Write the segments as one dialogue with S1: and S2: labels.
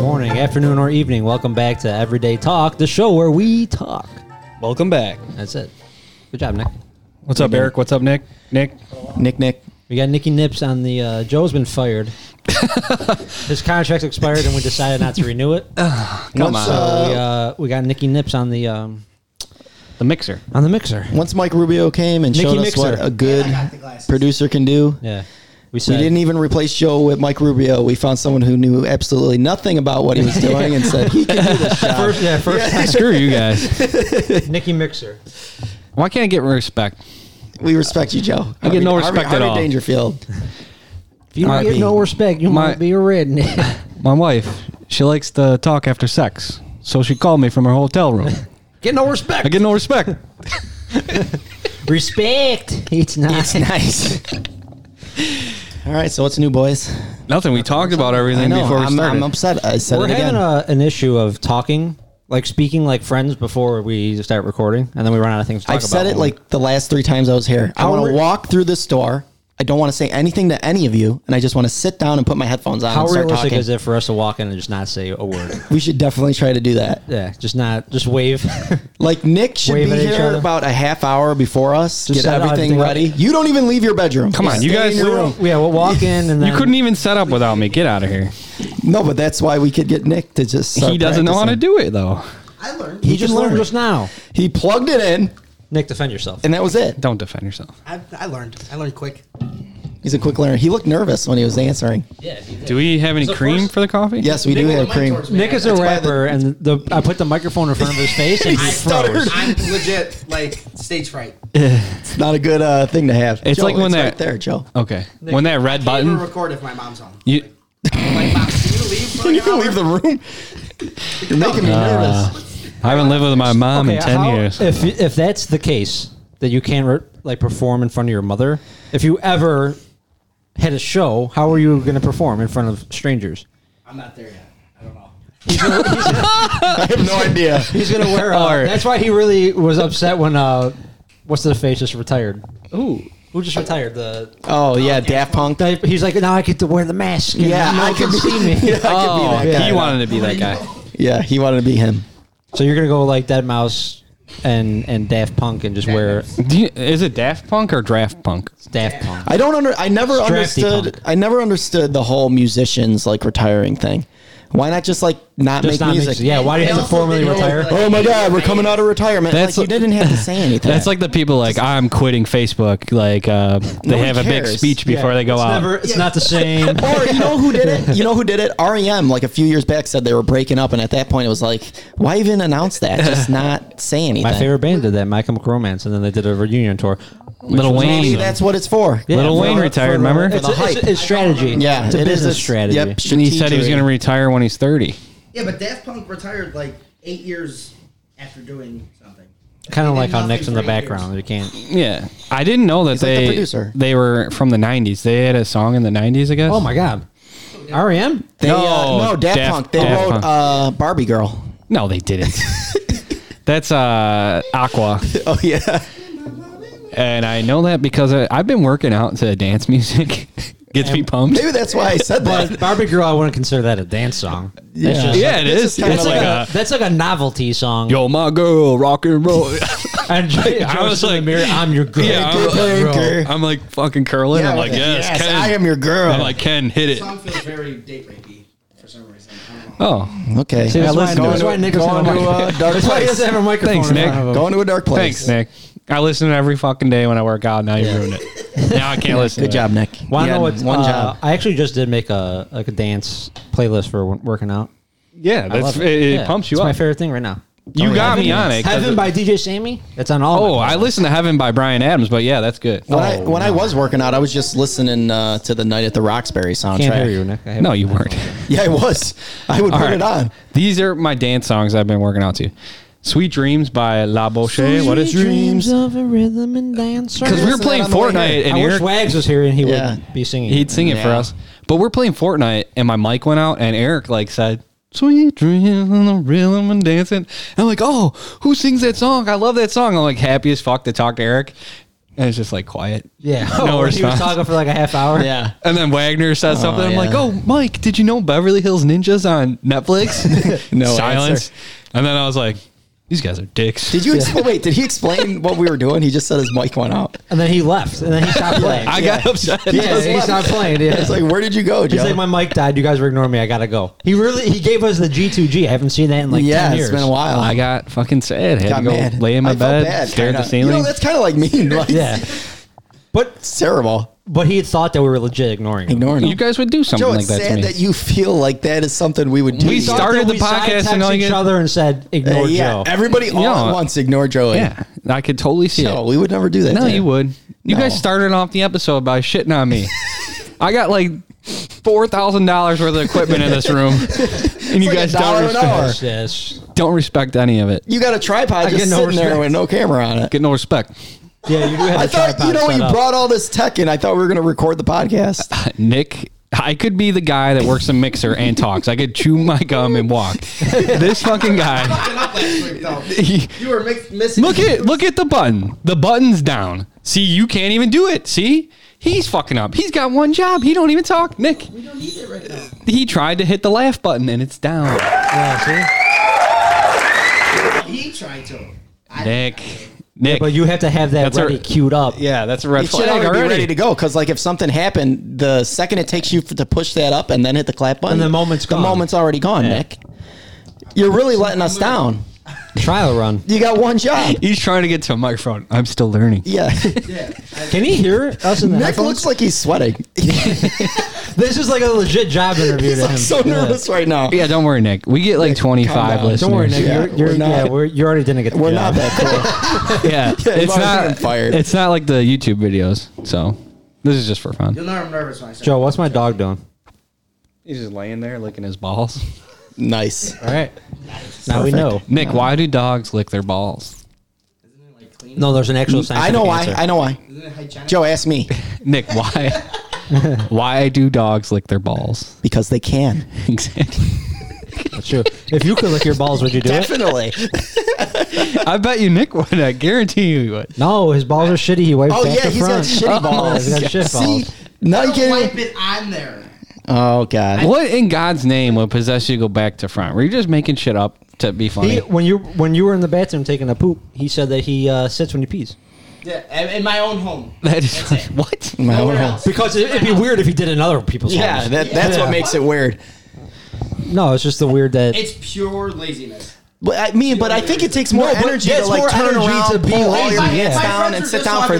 S1: afternoon, or evening. Welcome back to Everyday Talk, the show where we talk.
S2: Welcome back.
S1: That's it. Good job, Nick.
S2: What's up, Eric? What's up, Nick? Nick,
S3: Nick Nick.
S1: We got Nicky Nips on the. Uh, Joe's been fired. His contract expired, and we decided not to renew it.
S3: Come
S1: So we, uh, we got Nicky Nips on the um,
S2: the mixer.
S1: on the mixer.
S3: Once Mike Rubio came and
S1: Nicky
S3: showed us
S1: Mixer.
S3: what a good producer can do,
S1: Yeah, we
S3: we
S1: said
S3: didn't even replace Joe with Mike Rubio. We found someone who knew absolutely nothing about what he was doing and said he can do this job.
S1: first. Yeah, first
S2: Screw you guys.
S1: Nicky Mixer.
S2: Why can't I get respect?
S3: We respect you, Joe. I
S2: get no respect at all.
S3: Dangerfield.
S1: If you
S2: Might
S1: don't get
S2: be.
S1: no respect, you
S2: Might-
S1: might be a redneck.
S2: My wife, she likes to talk after sex, so she called me from her hotel room.
S1: get no respect.
S2: I get no respect.
S1: respect. It's not.
S3: It's nice. all right, so what's new, boys?
S2: Nothing. We talked about
S3: I
S2: everything
S3: know.
S2: before we
S3: I'm,
S2: started.
S3: I'm upset. I said
S1: We're
S3: it again.
S1: having a, an issue of talking, like speaking like friends before we start recording, and then we run out of things to talk
S3: I've
S1: about.
S3: said it
S1: when
S3: like the last three times I was here. I
S1: How
S3: want
S1: re-
S3: to walk through the store. I don't want to say anything to any of you, and I just want to sit down and put my headphones on
S1: we- how
S3: and start
S1: realistic
S3: talking.
S1: is it for us to walk in and just not say a word?
S3: We should definitely try to do that.
S1: yeah, just not, just wave.
S3: Like Nick should
S1: Wave
S3: be
S1: at each
S3: here
S1: other.
S3: about a half hour before us.
S1: Just
S3: get
S1: set everything
S3: everything
S1: up.
S3: ready. You don't even leave your bedroom.
S2: Come on,
S3: Stay
S2: you guys
S3: in your
S2: ruined-
S3: room.
S1: yeah, we'll walk in and then
S2: you couldn't even set up without me. Get out of here.
S3: No, but that's why we could get Nick to just. start
S2: he doesn't know how to
S3: practicing.
S2: do it though.
S1: He,
S3: He
S1: just
S3: can learn.
S1: learned just now.
S3: He plugged it in,
S1: Nick, defend yourself.
S3: and that was it.
S2: Don't defend yourself.
S4: I, I learned. I learned quick.
S3: He's a quick learner. He looked nervous when he was answering.
S1: Yeah.
S2: Do we have any
S1: So
S2: cream
S1: first-
S2: for the coffee?
S3: Yes, we do have cream.
S1: Nick is a
S3: That's why
S1: rapper, and the I put the microphone in front of his face, and he froze.
S4: I'm legit like stage fright.
S3: It's not a good uh, thing to have.
S2: It's
S3: Joe,
S2: like when
S3: it's
S2: that-
S3: right there, Joe.
S2: Okay. When that red
S4: Can't even
S2: button,
S4: record if my mom's home.
S2: you
S4: Like, mom, can you leave? For
S3: Can
S4: an
S3: you
S4: hour?
S3: leave the room? You're making me
S1: Uh,
S3: nervous.
S2: I haven't lived with my mom in
S1: Okay,
S2: ten
S1: how-
S2: years.
S1: If if that's the case that you can't re- like perform in front of your mother, if you ever had a show, how are you going to perform in front of strangers?
S4: I'm not there yet. I don't know.
S3: I have no idea.
S1: He's going to wear.
S2: uh,
S1: That's why he really was upset when uh, what's the face just retired.
S2: Ooh.
S1: Who just retired? The
S3: Oh yeah, Daft Punk.
S1: They- he's like now I get to wear the mask. and
S3: Yeah,
S1: no
S3: I
S1: one can
S3: could be-
S1: see me.
S3: Yeah, I could be
S2: Oh,
S3: that guy.
S2: he wanted to be that guy.
S3: Yeah, he wanted to be him.
S1: So you're going to go like Dead Mouse and and Daft Punk and just wear
S2: Do you, is it Daft Punk or Draft Punk?
S1: Daft Punk.
S3: I don't under. I never
S1: Strafty
S3: understood.
S1: punk.
S3: I never understood the whole musicians like retiring thing. Why not just like not
S1: Just
S3: make
S1: not make-
S3: music?
S1: yeah, why do you have
S4: They
S1: to
S4: also
S1: formally
S4: didn't
S1: retire?
S4: like-
S3: Oh my God, we're coming out of retirement.
S2: That's
S3: That's like, you didn't have to say anything.
S2: That's like the people like I'm quitting Facebook. Like uh, they
S3: one
S2: have a big
S3: cares.
S2: speech before they go
S1: it's
S2: out.
S1: Never, it's not the same.
S3: Or you know who did it? You know who did it? REM, like a few years back, said they were breaking up, and at that point, it was like, why even announce that? Just not say anything.
S1: My favorite band did that, My Chemical Romance, and then they did a reunion tour.
S2: Little
S3: Maybe
S2: Wayne.
S3: that's what it's for.
S2: Little Wayne retired, remember?
S1: It's,
S3: For the
S1: a- it's,
S3: hype.
S1: a- it's strategy.
S3: Yeah,
S1: it's a
S3: it is
S1: business strategy.
S3: Yep,
S2: And he said he was
S3: strategy.
S2: going to retire when he's 30.
S4: Yeah, but Daft Punk retired like eight years after doing something.
S1: Kind of
S4: They
S1: like
S4: did
S1: how
S4: nothing
S1: Nick's in
S4: for
S1: the
S4: eight years.
S1: background. You can't.
S2: Yeah, I didn't know that
S3: like the
S2: they
S3: producer.
S2: they were from the 90s. They had a song in the 90s, I guess.
S1: Oh my God, E REM.
S3: They, no,
S2: No,
S3: uh, no, Daft,
S2: Daft-
S3: Punk. They
S2: Daft
S3: wrote
S2: Punk.
S3: Uh, Barbie Girl.
S2: No, they didn't. That's uh, Aqua,
S3: Oh yeah,
S2: and I know that because I, I've been working out to dance music. Gets me pumped.
S3: maybe that's why I said that.
S1: But Barbie Girl, I wouldn't consider that a dance song. Yeah, that's just-
S2: Yeah, it
S3: This
S2: is.
S3: is kinda
S2: It's like
S3: like
S2: a,
S1: that's like a novelty song.
S2: yo, my girl, rock and roll.
S1: And Joe-
S2: I
S1: Joe's
S2: was
S1: in the
S2: like-
S1: mirror, I'm your girl.
S2: Yeah, I was-
S1: Girl.
S3: Girl.
S2: I'm like fucking curling. I'm like, yes, Ken.
S3: I am your girl.
S2: I'm like, Ken, hit
S4: The
S2: it.
S4: song feels very date rapey for some reason. I don't know.
S2: Oh,
S3: okay.
S1: See, that's,
S3: Yeah,
S1: why,
S3: listen to
S1: that's
S3: it.
S1: why Nick doesn't
S3: Going
S1: have a
S3: to
S1: mic-
S3: a dark
S1: That's why he doesn't
S3: place.
S1: have a microphone.
S2: Thanks,
S1: in front
S2: Nick.
S1: of him.
S3: Going to a dark place.
S2: thanks, Nick. I listen to every fucking day when I work out. Now you ruined it. Now I can't listen.
S3: Good
S2: to it.
S3: job, Nick.
S1: Wanna
S3: You
S1: know
S3: had
S1: what's-
S3: one
S1: uh,
S3: job?
S1: I actually just did make a like a dance playlist for w- working out.
S2: Yeah,
S1: I
S2: that's
S1: love
S2: it. It,
S1: Yeah,
S2: pumps you
S1: it's
S2: up.
S1: my favorite thing right now.
S2: You got me on it. 'cause
S1: Heaven
S2: it-
S1: by DJ Sammy. That's on all.
S2: Oh,
S1: my
S2: I
S1: playlists.
S2: listen to Heaven by Brian Adams, but yeah, that's good. Oh.
S3: When, I, when I was working out, I was just listening uh, to the Night at the Roxbury soundtrack.
S1: Can't hear you, Nick. I have-
S2: No, you weren't.
S3: Yeah, I was. I would
S2: All
S3: put
S2: right.
S3: it on.
S2: These are my dance songs I've been working out to. Sweet Dreams by La Boche. What is
S1: dreams of a rhythm and dancer?
S2: Because we were
S3: Listen to
S2: playing
S3: that on the way
S2: Fortnite
S3: here.
S1: I
S2: and
S1: wish
S2: Eric,
S1: Wags was here and he
S3: Yeah.
S1: would be singing.
S2: he'd sing it for
S3: Yeah.
S2: us. But we're playing Fortnite and my mic went out and Eric like said, Sweet dreams and the rhythm and dancing. And I'm like, oh, who sings that song? I love that song. I'm like happy as fuck to talk to Eric. and it's just like quiet.
S1: Yeah.
S3: Oh,
S2: No
S1: he was
S2: response.
S1: talking for like a half hour.
S3: Yeah.
S2: And then Wagner says something. I'm like,
S3: yeah.
S2: oh, Mike, did you know Beverly Hills Ninjas on Netflix?
S3: No
S2: silence. And then I was like, these guys are dicks.
S3: Did you ex- wait? Did he explain what we were doing? He just said his mic went out.
S1: And then he left. And then he stopped playing.
S2: I got upset.
S1: yeah,
S3: just
S1: he's
S3: left.
S1: not playing. Yeah.
S3: It's like, where did you go, Joe?
S1: He's like, my mic died. You guys were ignoring me. I gotta go. He really he gave us the G two G. I haven't seen that in like
S3: yeah,
S1: ten
S3: it's
S1: years.
S3: been a while.
S2: I got fucking sad. Had
S3: Got
S2: to go
S3: mad.
S2: lay in my
S3: I felt
S2: bed,
S3: bad,
S2: stare at the
S3: kinda.
S2: ceiling.
S3: You know, that's kind of like me. Like,
S1: Yeah, but
S3: it's terrible.
S1: but he had thought that we were legit ignoring him.
S3: Ignoring
S2: you guys would do something
S3: Joe,
S2: like
S3: it's
S2: that to
S3: sad
S2: me.
S3: that you feel like that is something we would do.
S2: We
S1: He thought
S2: start- started
S1: that
S2: the
S1: we side
S2: podcast and
S1: texted
S2: all you
S1: each
S2: get-
S1: other and said
S3: Uh,
S1: ignore
S3: yeah,
S1: Joe.
S3: everybody all
S2: know,
S3: at once ignore Joey.
S2: yeah, I could totally see
S3: No,
S2: it.
S3: we would never do that.
S2: No,
S3: to
S2: you would. You
S3: No.
S2: guys started off the episode by shitting on me. I got like four thousand dollars worth of equipment in this room, and you
S3: like a
S2: guys
S3: dollar
S2: don't
S3: an
S2: respect,
S3: hour.
S1: Yes.
S2: don't respect any of it.
S3: You got a tripod
S1: get
S3: just
S1: no
S3: sitting there
S1: respect.
S3: with no camera on it.
S2: Get no respect.
S1: Yeah, you do have
S3: I
S1: a
S3: thought
S1: tripod
S3: you know
S1: set
S3: you
S1: up.
S3: brought all this tech in. I thought we were going to record the podcast.
S2: Nick, I could be the guy that works a mixer and talks. I could chew my gum and walk. This fucking guy.
S4: Fucking up last week, though.
S2: he-
S4: You were mix- missing.
S2: look at look at the button. The button's down. See, you can't even do it. See, he's fucking up. He's got one job. He don't even talk. Nick,
S4: We don't need it right now.
S2: he tried to hit the laugh button and it's down.
S1: Yeah, see?
S4: He tried to. I-
S2: Nick, Nick.
S1: But you have to have that
S2: That's
S1: ready
S2: our-
S1: queued up.
S2: yeah, that's a red
S3: It should
S2: flag
S3: already be
S2: already.
S3: ready to go because, like, if something happened, the second it takes you f- to push that up and then hit the clap button,
S1: And the moment's
S3: the
S1: gone.
S3: moment's already gone, Nick. You're really letting us down.
S1: Trial run.
S3: You got one job.
S2: He's trying to get to a microphone. I'm still learning.
S3: Yeah.
S4: Yeah. I-
S1: Can he hear us in the
S3: Nick
S1: headphones?
S3: looks like he's sweating.
S1: this is like a legit job interview
S3: He's
S1: to him.
S3: like so
S1: Yeah.
S3: nervous right now.
S2: Yeah, don't worry, Nick. We get like
S3: Nick, calm
S2: 25
S3: down.
S2: listeners.
S1: Don't worry, Nick.
S3: Yeah,
S1: you're, you're,
S3: we're not-
S1: yeah, we're, you already didn't get. The
S3: We're
S1: job.
S3: not that cool.
S2: yeah,
S3: you've
S2: it's
S3: already been
S2: not
S3: fired.
S2: It's not like the YouTube videos. So this is just for fun.
S4: You'll know I'm nervous when I start.
S1: Joe, what's my dog doing?
S2: He's just laying there licking his balls.
S3: nice.
S1: All right. Now we know.
S2: Nick, why do dogs lick their balls?
S4: Isn't it like clean?
S1: No, there's an actual.
S3: I know
S1: scientific
S3: why.
S1: answer.
S3: I know why.
S4: Isn't it hygienic?
S3: Joe, ask me
S2: Nick, why? why do dogs lick their balls?
S3: because they can.
S2: Exactly.
S1: That's true. If you could lick your balls, would you do it?
S3: Definitely.
S2: I bet you Nick would. I guarantee you he would.
S1: No, his balls are shitty. He wipes
S3: Oh
S1: back
S3: yeah,
S1: to
S3: he's got
S1: front.
S3: shitty balls.
S1: he's got shit
S3: See,
S1: balls.
S3: now you
S4: Don't
S3: can't.
S4: wipe
S3: even-
S4: it on there.
S3: Oh god.
S2: What in God's name would possess you to go back to front? Were you just making shit up to be funny?
S1: He, when you when you were in the bathroom taking a poop, he said that he uh, sits when he pees.
S4: Yeah, in- in my own home.
S2: that is
S4: That's it.
S2: what?
S3: My own
S4: Nowhere
S3: home.
S4: else.
S1: Because it, it'd be weird if he did in other people's
S3: Yeah,
S1: homes.
S3: that, that's what
S1: Yeah.
S3: makes it weird.
S1: no, it's just the weird that
S4: It's pure laziness.
S3: But I mean, but I think it takes more
S1: No, but
S3: energy to
S1: that's
S3: like
S1: more
S3: turn
S1: energy
S3: around,
S1: to be
S3: pull all
S1: lazy,
S3: your
S1: yeah.
S3: pants
S1: My
S3: down, and sit down for.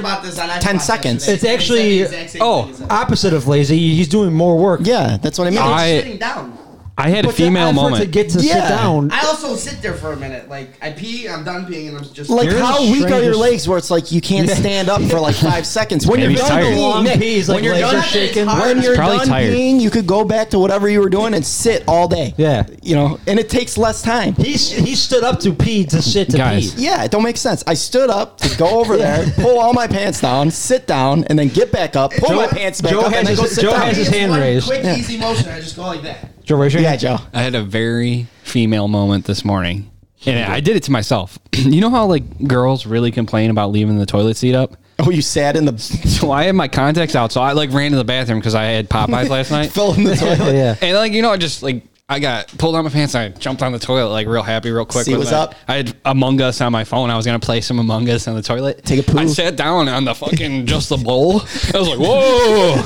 S4: ten
S3: seconds.
S1: It's actually-
S2: oh,
S1: opposite of lazy. He's doing more work.
S3: Yeah, that's what I mean.
S2: I-
S4: sitting down.
S2: I had a
S1: But the
S2: female
S1: effort
S2: moment.
S1: to get to
S3: Yeah.
S1: sit down.
S4: I also sit there for a minute. Like I pee, I'm done peeing, and I'm just
S3: like
S1: You're
S3: how
S1: the
S3: weak are your
S1: strangest-
S3: legs where it's like you can't stand up for like five seconds when
S2: Maybe he's
S3: you're done
S2: tired.
S3: peeing,
S1: Long
S3: Nick,
S1: peas,
S3: when
S1: like
S3: you're
S1: legs
S3: done
S1: are shaking.
S3: when you're
S2: Probably
S3: done
S2: tired.
S3: peeing you could go back to whatever you were doing and sit all day
S1: Yeah.
S3: you know and it takes less time
S1: He's he stood up to pee to sit to
S2: Guys.
S1: pee.
S3: yeah, it don't make sense. I stood up to go over there, pull all my pants down, sit down, and then get back up, pull
S1: Joe-
S3: my pants back
S1: Joe
S3: up, and then
S1: has
S3: go
S1: his-
S3: sit
S1: Joe
S3: down.
S1: has his-
S4: It's
S1: hand
S4: one
S1: raised.
S4: Quick, easy motion. I just go like that.
S1: Joe, raise your
S3: yeah,
S1: hand.
S3: Joe.
S2: I had a very female moment this morning, and I did it to myself. you know how like girls really complain about leaving the toilet seat up.
S3: Oh, you sat in the
S2: So I had my contacts out, so I like ran to the bathroom because I had Popeyes last night.
S3: fell in the toilet.
S1: Yeah.
S2: And like you know, I just like I got pulled out my pants and I jumped on the toilet like real happy, real quick.
S3: See
S2: with
S3: what's
S2: my-
S3: up?
S2: I had Among Us on my phone. I was gonna play some Among Us on the toilet.
S3: Take a poo.
S2: I sat down on the fucking just the bowl. I was like, whoa.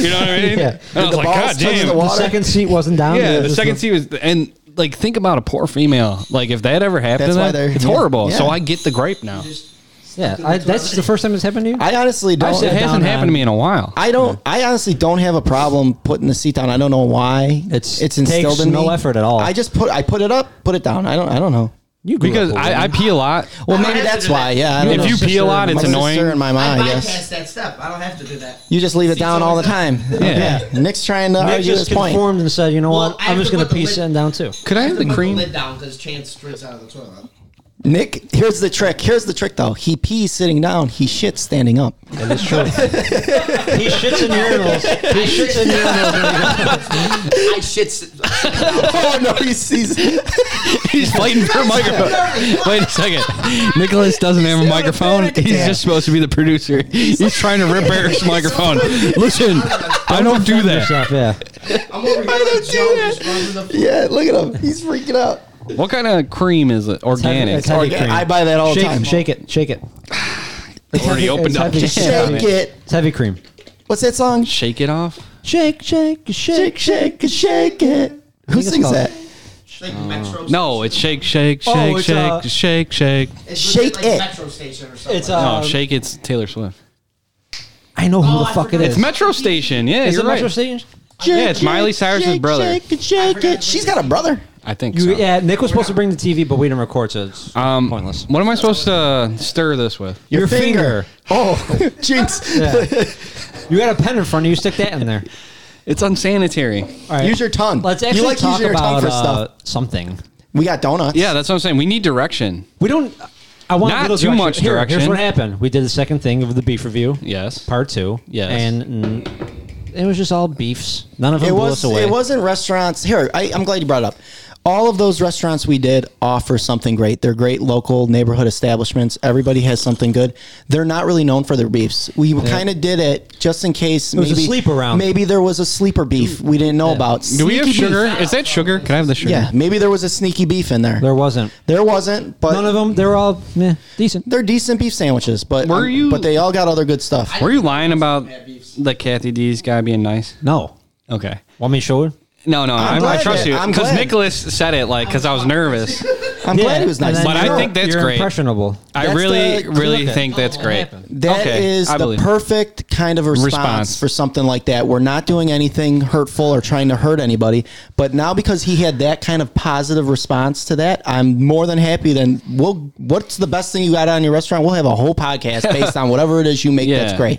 S2: you know what I mean?
S1: Yeah.
S2: And I was
S3: The
S2: like,
S3: balls
S2: God
S3: touching
S2: damn.
S3: the
S1: The
S3: Water.
S1: second seat wasn't down. It
S2: Yeah,
S1: was
S2: the
S1: just
S2: second
S1: the-
S2: seat was, and like think about a poor female. Like if that ever happened,
S3: That's
S2: to
S3: why
S2: them,
S3: they're-
S2: it's
S3: yeah,
S2: horrible. So
S3: yeah.
S2: I get the gripe now.
S1: Yeah, I, that's the first time it's happened to you.
S3: I honestly don't.
S1: said
S2: It
S1: down
S2: hasn't happened
S1: on-
S2: to me in a while.
S3: I don't. I honestly don't have a problem putting the seat down. I don't know why.
S1: It's-
S3: it's
S1: takes
S3: instilled in
S1: no
S3: me.
S1: effort at all.
S3: I just put. I put it up. Put it down. I don't. I don't know.
S1: you grew
S2: because
S1: up old,
S2: I, I
S1: didn't
S2: pee a lot.
S3: Well,
S4: I
S3: maybe
S4: have to
S3: that's
S4: do
S3: why.
S4: that.
S3: Yeah. I don't
S1: If
S3: know.
S1: you
S3: Sister
S2: pee a lot,
S3: and
S2: it's
S3: my
S2: annoying.
S3: sister and my
S4: I
S3: mom. I
S4: bypass
S3: guess
S4: that step. I don't have to do that.
S3: you just leave it
S4: See,
S3: down
S4: so
S3: all the
S4: it's not-
S3: time.
S2: Yeah.
S3: Okay. Nick's trying to
S1: you? Nick
S3: argue his
S1: just
S3: point.
S1: conformed and said, "You know
S4: Well,
S1: what? I'm
S4: I have
S1: just
S4: to
S1: going
S4: put
S1: to
S4: the
S1: pee
S4: lid-
S1: sitting down too."
S2: Could I
S4: I have
S2: have
S4: to
S2: the
S4: put the
S2: cream?
S4: lid down because chance streaks out of the toilet.
S3: Nick, here's the trick. Here's the trick, though. He pees sitting down. He shits standing up.
S1: That is true. he shits in urinals. He shits in urinals.
S5: I shits.
S3: oh no, he sees.
S2: He's fighting for a microphone. Wait a second. Nicholas doesn't have a microphone. He's just supposed to be the producer. He's trying to rip Eric's microphone. Listen, I don't do that.
S1: Yourself, yeah.
S4: I'm over here like Joe just runs the
S3: Yeah, look at him. He's freaking out.
S2: What kind of cream is it? Organic.
S1: It's heavy
S3: Organ-
S1: cream.
S3: I buy that all the
S1: shake,
S3: time.
S1: Shake it. Shake it.
S2: Already opened up.
S1: It's heavy,
S2: Damn
S3: Shake it.
S1: It's heavy cream.
S3: What's that song?
S2: Shake it off.
S1: Shake, shake, shake.
S3: Shake, shake, shake it. Who
S1: it's
S3: sings
S1: called-
S3: that?
S4: like metro.
S2: No, it's shake, shake, shake,
S1: Oh, it's,
S2: shake,
S1: uh,
S2: shake, shake.
S4: it's
S3: Shake
S4: like
S3: It. uh,
S4: Metro station or something.
S1: It's
S4: like
S2: No,
S1: um,
S2: shake it's Taylor Swift.
S1: I know who
S4: Oh,
S1: the
S4: I
S1: fuck it
S4: forgot.
S1: is.
S2: It's Metro Station. Yeah,
S1: Is
S2: you're
S1: it
S2: right.
S1: Metro Station?
S2: Yeah, it's Miley Cyrus's brother.
S3: Shake it, shake it. She's got a brother.
S2: I think so.
S1: You, yeah, Nick was supposed to bring the TV, but we didn't record, so it's
S2: Um,
S1: pointless.
S2: What am I supposed to stir this with?
S1: Your,
S3: finger. Oh, jinx.
S1: You got a pen in front of you. Stick that in there.
S2: It's unsanitary.
S1: All right.
S3: Use your tongue.
S1: Let's
S3: You
S1: actually
S3: like
S1: talk
S3: using your tongue
S1: about
S3: for
S1: uh,
S3: stuff.
S1: something.
S3: We got donuts.
S2: Yeah, that's what I'm saying. We need direction.
S1: We don't. I want
S2: Not
S1: little
S2: too much
S1: Here, Here's
S2: direction.
S1: what happened. We did the second thing of the beef review.
S2: Yes.
S1: Part two.
S2: Yes.
S1: And mm, it was just all beefs. None of them
S3: It
S1: blew us
S3: was.
S1: away.
S3: It wasn't restaurants. Here, I, I'm glad you brought it up. All of those restaurants we did offer something great. They're great local neighborhood establishments. Everybody has something good. They're not really known for their beefs. We kind of did it just in case.
S1: was a
S3: maybe
S1: sleeper round.
S3: Maybe there was a sleeper beef we didn't know about.
S2: Do we have
S3: Sneaky beef.
S2: sugar? Is that sugar? Can I have the sugar?
S3: Yeah, maybe there was a sneaky beef in there.
S1: There
S3: There,
S1: wasn't.
S3: wasn't, but
S1: None of them. They were all meh, decent.
S3: they're decent beef sandwiches. But
S2: Were you-
S3: But they all got other good stuff.
S2: Were you lying about
S4: Bad beefs.
S2: the Kathy D's guy being nice?
S1: No.
S2: Okay.
S1: Want me to show it?
S2: No, no, I'm I
S3: glad
S2: trust
S3: that-
S2: you.
S3: I'm
S2: Because
S3: glad.
S2: Nicholas said it like because I was nervous.
S3: I'm glad it was nice.
S2: But I
S3: Sure.
S2: think that's
S1: you're
S2: great.
S1: impressionable.
S2: I
S3: That's
S2: really,
S3: the-
S2: really
S1: Okay.
S2: think that's
S1: Oh,
S2: great.
S1: happened.
S3: That is
S2: I
S3: the
S2: believe it.
S3: perfect kind of response,
S2: Response.
S3: for something like that. We're not doing anything hurtful or trying to hurt anybody. But now because he had that kind of positive response to that, I'm more than happy. Then we'll. What's the best thing you got on your restaurant? We'll have a whole podcast based on whatever it is you make.
S2: Yeah.
S3: That's great.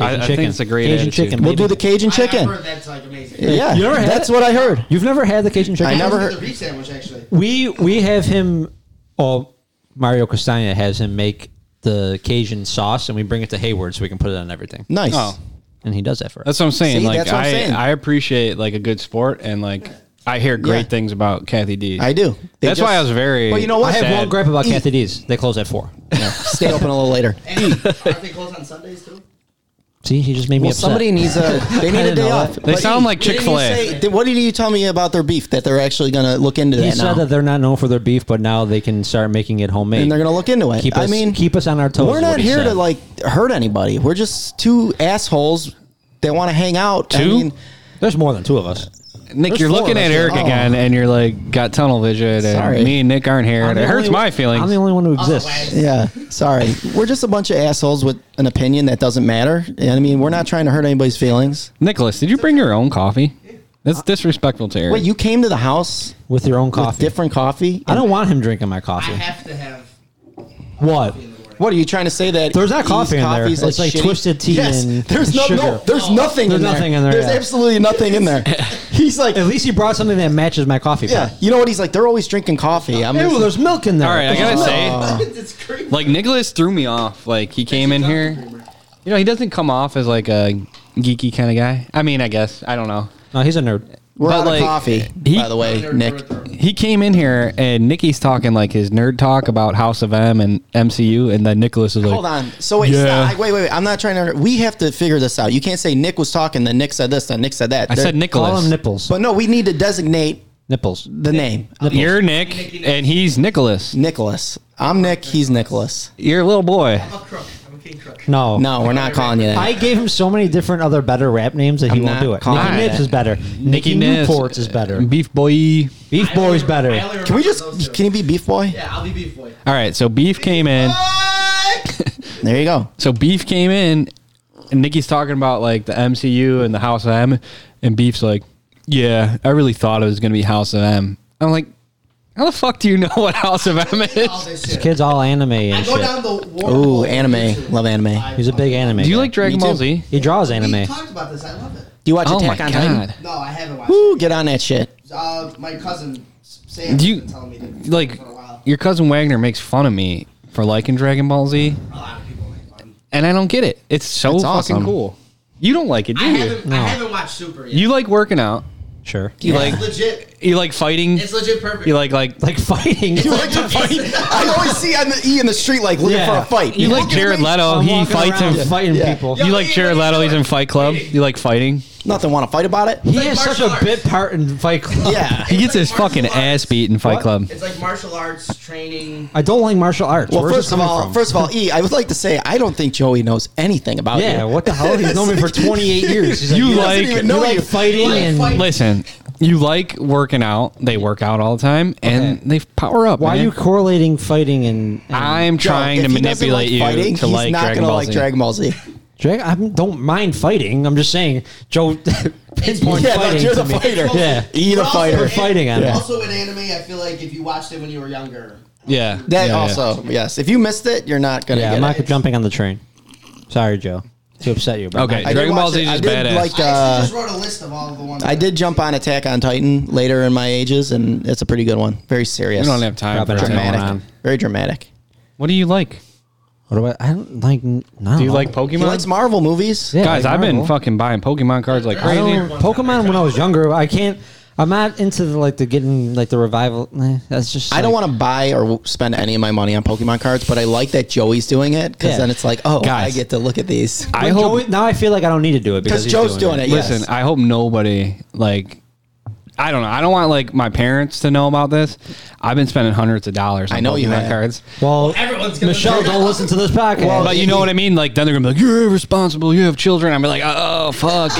S2: I, I think it's a great
S1: Cajun
S2: attitude.
S1: chicken.
S3: We'll
S1: baby.
S3: do the Cajun
S4: I- I
S3: chicken.
S4: heard that's like amazing.
S3: Yeah,
S1: You never had
S3: that's
S1: it?
S3: what I heard.
S1: You've never had the Cajun chicken?
S3: I never
S4: I
S3: heard.
S4: did the beef sandwich actually.
S1: We we have him. Oh, Mario Castagna has him make the Cajun sauce, and we bring it to Hayward so we can put it on everything.
S3: Nice.
S2: Oh,
S1: And he does that for us.
S2: that's what I'm saying.
S3: See,
S2: like
S3: that's what I'm
S2: I,
S3: saying.
S2: I appreciate like a good sport and like I hear great
S3: Yeah.
S2: things about Kathy D.
S3: I do. They
S2: that's why I
S3: just-
S2: was very.
S3: Well, you know what?
S1: I have
S2: sad.
S1: one gripe about
S3: Eat.
S1: Kathy D's. They close at four.
S3: Stay open a little later.
S4: And aren't they closed on Sundays too?
S1: See, he just made me
S3: Well,
S1: upset.
S3: somebody needs a. They need a
S1: didn't
S3: day
S1: know
S3: off.
S1: that.
S2: They
S3: But
S2: sound like
S3: what did you
S2: Chick-fil-A.
S3: say- did- What did you tell me about their beef that they're actually going to look into
S1: he
S3: that
S1: said
S3: now?
S1: that they're not known for their beef, but now they can start making it homemade.
S3: and they're going to look into it.
S1: keep
S3: I
S1: us,
S3: mean,
S1: keep us on our toes.
S3: We're
S1: is
S3: not
S1: what he
S3: here
S1: said.
S3: to like hurt anybody. We're just two assholes that want to hang out. I
S2: Two?
S3: mean,
S1: There's more than two of us.
S2: Nick,
S3: There's
S2: you're
S3: four
S2: looking
S3: of
S2: at
S3: us,
S2: Eric
S3: yeah.
S2: again, and you're like got tunnel vision,
S3: Sorry.
S2: and me and Nick aren't here. and
S1: I'm
S2: it
S1: the
S2: hurts
S1: only-
S2: my feelings.
S1: I'm the only one who exists.
S4: Otherwise-
S3: yeah. Sorry, we're just a bunch of assholes with an opinion that doesn't matter. And I mean, we're not trying to hurt anybody's feelings.
S2: Nicholas, did you bring your own coffee? That's disrespectful to Eric.
S3: Wait, you came to the house
S1: With your own
S3: with
S1: coffee.
S3: different coffee?
S1: I don't want him drinking my
S4: I
S1: coffee.
S4: have to have.
S1: What?
S3: What are you trying to say that
S1: There's not
S3: these
S1: coffee in there.
S3: coffees,
S1: It's like
S3: shitty?
S1: twisted tea
S3: Yes,
S1: and
S3: there's no,
S1: sugar.
S3: no there's nothing
S1: There's
S3: in there.
S1: nothing in there,
S3: There's
S1: yeah.
S3: absolutely nothing in there. He's like,
S1: At least he brought something that matches my coffee.
S3: yeah, you know what? He's like, they're always drinking coffee. I'm
S1: Ew,
S3: just-
S1: there's milk in there.
S2: All right, I gotta
S1: There's milk.
S2: say,
S4: it's crazy.
S2: like Nicholas threw me off. Like he came in here, you know, he doesn't come off as like a geeky kind of guy. I mean, I guess I don't know.
S1: No, he's a nerd.
S3: we're
S2: but
S3: out
S2: like,
S3: of coffee,
S2: he-
S3: by the way, Nick.
S2: He came in here and Nikki's talking like his nerd talk about House of M and MCU, and then Nicholas is like,
S3: Hold on. So wait,
S2: Yeah.
S3: stop. wait, wait, wait. I'm not trying to. We have to figure this out. You can't say Nick was talking, then Nick said this, then Nick said that.
S2: I
S1: Call
S2: said Nicholas.
S1: him nipples.
S3: But no, we need to designate
S1: nipples.
S3: the name.
S2: You're Nick, and he's Nicholas.
S3: Nicholas. I'm Nick. He's Nicholas.
S2: You're a little boy.
S4: I'm a crook. I'm a king crook.
S1: No.
S3: No, we're not calling you that.
S1: I gave him so many different other better rap names that he
S3: I'm
S1: won't
S3: not
S1: do it.
S3: calling
S1: Nicky
S2: it
S1: Nips
S2: that.
S1: is better. Nicky
S2: Ness,
S1: Newports is better.
S2: Beef boy.
S1: Beef
S4: I only-
S1: Boy's
S4: I
S1: better.
S4: only
S3: Can we
S4: remember those
S3: just?
S4: two.
S3: Can you be Beef Boy?
S4: Yeah, I'll be beef boy.
S2: All right, so Beef came in.
S3: There you go.
S2: So Beef came in, and Nikki's talking about like the MCU and the House of M, and Beef's like, "Yeah, I really thought it was gonna be House of M." I'm like, "How the fuck do you know what House of M
S4: All
S2: is?
S4: this shit.
S1: Kids all anime
S4: I
S1: and
S4: go
S1: shit.
S4: down the wormhole
S3: Ooh,
S4: of
S3: anime.
S4: YouTube.
S3: Love anime.
S4: I-
S1: He's a big anime.
S2: Do you
S1: guy.
S2: like Dragon Ball
S3: too.
S2: Z?"
S1: He draws
S4: We
S1: anime.
S4: talked about this. I love it.
S3: Do you watch
S2: Oh my
S3: Attack on
S2: god!
S3: Titan?
S4: No, I haven't watched.
S3: Ooh, get on that shit.
S4: it. Uh, my cousin Sam
S2: Do
S4: has
S2: you-
S4: been telling me to
S2: like-
S4: for a while.
S2: your cousin Wagner makes fun of me for liking Dragon Ball Z,
S4: A lot of people like fun.
S2: and I don't get it. It's so
S3: It's
S2: fucking
S3: awesome.
S2: cool. You don't like it, do
S4: I
S2: you?
S4: haven't, I haven't watched Super yet.
S2: You like working out.
S1: Sure.
S2: You
S4: it's
S2: like
S4: legit.
S2: you like fighting.
S4: It's legit perfect.
S2: You like like
S1: Like fighting.
S3: I always see on the E in the street like looking
S1: Yeah.
S3: for a fight.
S2: you like
S3: Look at
S2: Jared
S3: me.
S2: Leto.
S1: I'm
S2: He
S1: walking
S2: fights
S1: around
S2: him.
S1: fighting
S3: Yeah.
S1: people.
S4: Yeah.
S2: You like Jared Leto. He's in Fight Club. You like fighting.
S3: Nothing want to fight about it?
S1: He
S4: like
S1: has such
S4: martial
S1: a
S4: arts.
S1: bit part in Fight Club.
S3: Yeah.
S2: He gets
S4: It's like
S2: his
S4: martial
S2: fucking
S4: arts.
S2: ass beat in Fight Club.
S4: It's like martial arts training.
S1: I don't like martial arts.
S3: Well,
S1: Where's it
S3: first of
S1: coming
S3: all,
S1: from?
S3: first of all, E, I would like to say I don't think Joey knows anything about you.
S1: yeah. What the hell? He's known me for 28 years. He's
S2: You
S1: you
S2: like-
S1: like,
S3: Doesn't even
S1: you
S3: know
S1: like
S3: you.
S1: fighting and
S2: Listen, you like working out. They work out all the time, and
S1: Okay.
S2: they power up.
S1: why are
S2: man.
S1: you correliting fighting and, and
S2: I'm
S3: Yo,
S2: trying
S3: if
S2: to
S3: he doesn't
S2: manipulate you
S3: like fighting,
S2: to
S3: he's
S2: like
S3: not
S2: Dragon
S3: gonna
S2: Ball
S3: like
S2: Z.
S3: Dragon Ball Z.
S1: Drake, I don't mind fighting. I'm just saying, Joe pinpoint
S3: Yeah, no,
S1: fighting.
S3: you're
S1: to
S3: the
S1: me.
S3: fighter.
S1: Yeah.
S3: E the
S4: But also
S3: fighter.
S1: We're fighting on
S3: Yeah.
S1: it.
S4: Also, in anime, I feel like if you watched it when you were younger,
S2: Yeah, Yeah,
S3: That
S2: yeah.
S3: also, yes. If you missed it, you're not gonna
S1: Yeah,
S3: get
S1: I'm not
S3: it.
S1: jumping on the train. Sorry, Joe, to upset you. But
S2: Okay.
S1: I,
S3: I did
S2: Dragon Ball
S3: watch
S2: Z
S3: it.
S2: is
S3: I did
S2: badass.
S3: Like,
S4: I
S3: uh,
S4: actually just wrote a list of all the ones.
S3: I did jump on Attack on Titan later in my ages, and it's a pretty good one. Very serious.
S2: We don't have time
S1: Dropping
S2: for
S1: it
S2: that.
S1: going
S3: dramatic.
S1: on.
S3: Very dramatic.
S2: What do you like?
S1: what do I? I don't like. No.
S2: Do you like Pokemon?
S3: He likes Marvel movies.
S1: Yeah,
S2: Guys,
S1: like
S2: I've been
S1: Marvel.
S2: fucking buying Pokemon cards like
S1: I
S4: Crazy.
S1: don't,
S2: crazy.
S1: Pokemon when I was younger. I can't. I'm not into the, like the getting like the revival. eh, that's just.
S3: I don't want to buy or w- spend any of my money on Pokemon cards, but I like that Joey's doing it because
S1: Yeah.
S3: then it's like, oh, I
S2: Guys.
S3: get to look at these.
S2: I hope.
S1: now I feel like I don't need to do it because
S3: Because
S1: he's
S3: Joe's doing, it. yes.
S2: listen, I hope nobody like. I don't know. I don't want like my parents to know about this. I've been spending hundreds of dollars. on
S3: I know
S2: Pokemon
S3: you have.
S2: cards.
S1: Well,
S4: everyone's gonna
S1: Michelle,
S4: do it.
S1: don't listen to this podcast.
S2: But you know what I mean? Like then they're gonna be like, "You're irresponsible. You have children." I'm like, "Oh fuck."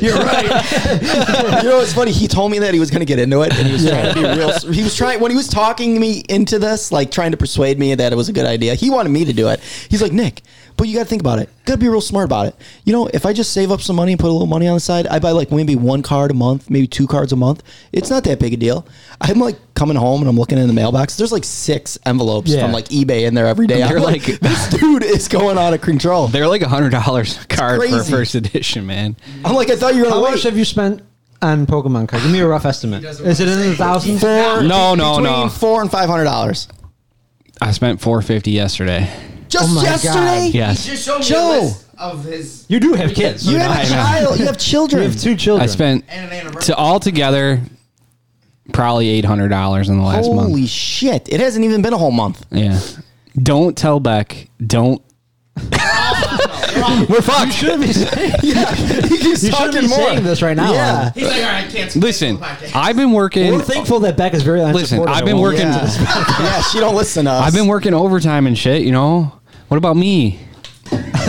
S3: You're right. you know what's funny? He told me that he was going to get into it, and he was trying to be real. He was trying when he was talking me into this, like trying to persuade me that it was a good idea. He wanted me to do it. He's like, Nick, but you got to think about it. Got to be real smart about it. You know, if I just save up some money and put a little money on the side, I buy like maybe one card a month, maybe two cards a month. It's not that big a deal. I'm like coming home and I'm looking in the mailbox. There's like six envelopes
S1: Yeah.
S3: from like eBay in there every day.
S2: They're
S3: I'm like,
S2: like-
S3: this dude is going out of control.
S2: they're like a hundred dollars a card for a
S3: crazy.
S2: first edition, man.
S3: I'm like, I thought you were
S1: how
S3: going
S1: much
S3: to
S1: have you spent on Pokemon cards? Give me a rough estimate.
S4: doesn't
S1: Is it
S4: wanna
S1: in the
S4: say.
S1: thousands?
S3: Four,
S2: No, no,
S3: between
S2: no.
S3: Four and five hundred dollars.
S2: I spent four fifty yesterday.
S3: Just
S1: Oh my
S3: yesterday?
S1: God.
S4: He
S2: Yes.
S4: just showed me
S3: Joe.
S4: a list of his.
S1: You do have kids.
S3: You
S2: I
S3: have a
S2: know.
S3: child. You have
S1: You
S3: children.
S1: have two children.
S2: I spent
S4: And an
S2: to
S4: anniversary.
S2: altogether probably eight hundred dollars in the last
S3: Holy
S2: month.
S3: shit! It hasn't even been a whole month.
S2: Yeah. Don't tell Beck. Don't. We're fucked.
S1: Shouldn't be saying-
S3: Yeah, he keeps
S1: You shouldn't
S3: talking
S1: be
S3: more.
S1: saying this right now.
S3: Yeah.
S4: He's like, all right, cancel.
S2: Listen,
S4: cancel the podcast."
S2: I've been working.
S1: We're thankful that Beck is very
S2: Listen,
S1: unsupportive.
S2: I've been
S1: Well,
S2: working.
S3: Yeah. yeah, she don't listen to us.
S2: I've been working overtime and shit. You know. What about me? we
S3: about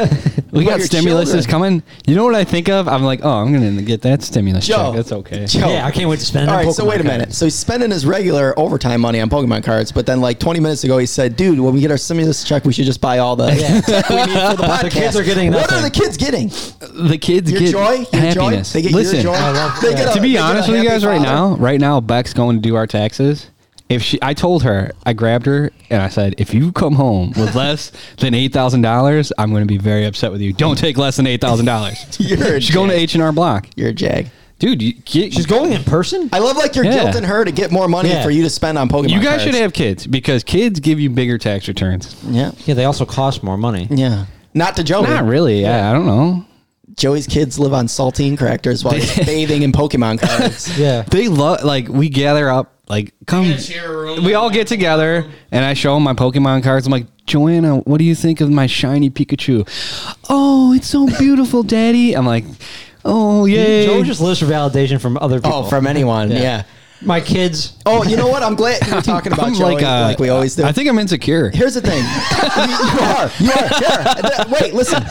S2: got
S3: your
S2: stimulus is
S3: children?
S2: coming. You know what I think of? I'm like, oh, I'm gonna get that stimulus
S3: Joe.
S2: check. That's okay.
S3: Joe.
S1: Yeah, I can't wait to spend. it
S3: All
S1: on
S3: right, so
S1: Pokemon
S3: wait a
S1: cards.
S3: minute. So he's spending his regular overtime money on Pokemon cards, but then like 20 minutes ago he said, "Dude, when we get our stimulus check, we should just buy all the tech we need for the podcast."
S1: The kids are getting
S3: What are
S1: nothing.
S3: the kids getting?
S2: The kids
S3: Your
S2: get
S3: joy, your
S2: happiness.
S3: joy. They get
S2: Listen,
S3: your joy.
S1: love-
S3: They get
S1: yeah.
S3: a-
S2: to
S3: they
S2: be
S3: get a
S2: honest with you
S3: happy
S2: guys right
S3: father.
S2: now, right now Beck's going to do our taxes. If she, I told her, I grabbed her and I said, if you come home with less than eight thousand dollars, I'm going to be very upset with you. Don't take less than eight thousand dollars.
S3: You're a
S2: She's going to
S3: dick.
S2: H and R Block,
S3: You're a jag.
S2: dude. You, get,
S1: She's going in person.
S3: I love like you're
S2: Yeah.
S3: guilting her to get more money
S1: Yeah.
S3: for you to spend on Pokemon.
S2: You guys should
S3: cards.
S2: have kids because kids give you bigger tax returns.
S3: Yeah,
S1: yeah, they also cost more money.
S3: yeah. Not to Joey.
S2: Not really. Yeah, I don't know.
S3: Joey's kids live on saltine crackers while he's bathing in Pokemon cards.
S1: Yeah.
S2: They love like we gather up like come.
S4: gotta share a room.
S2: We all get together and I show them my Pokemon cards. I'm like, Joanna, what do you think of my shiny Pikachu? Oh, it's so beautiful, Daddy. I'm like, oh yay.
S1: Joe just lives for validation from other people.
S3: Oh, from anyone. Yeah.
S1: my kids.
S3: Oh, you know what? I'm glad you're talking about
S2: I'm
S3: Joey like,
S2: uh,
S3: we always do.
S2: I think I'm insecure.
S3: Here's the thing. you, you are. You are. Sure. Wait, listen.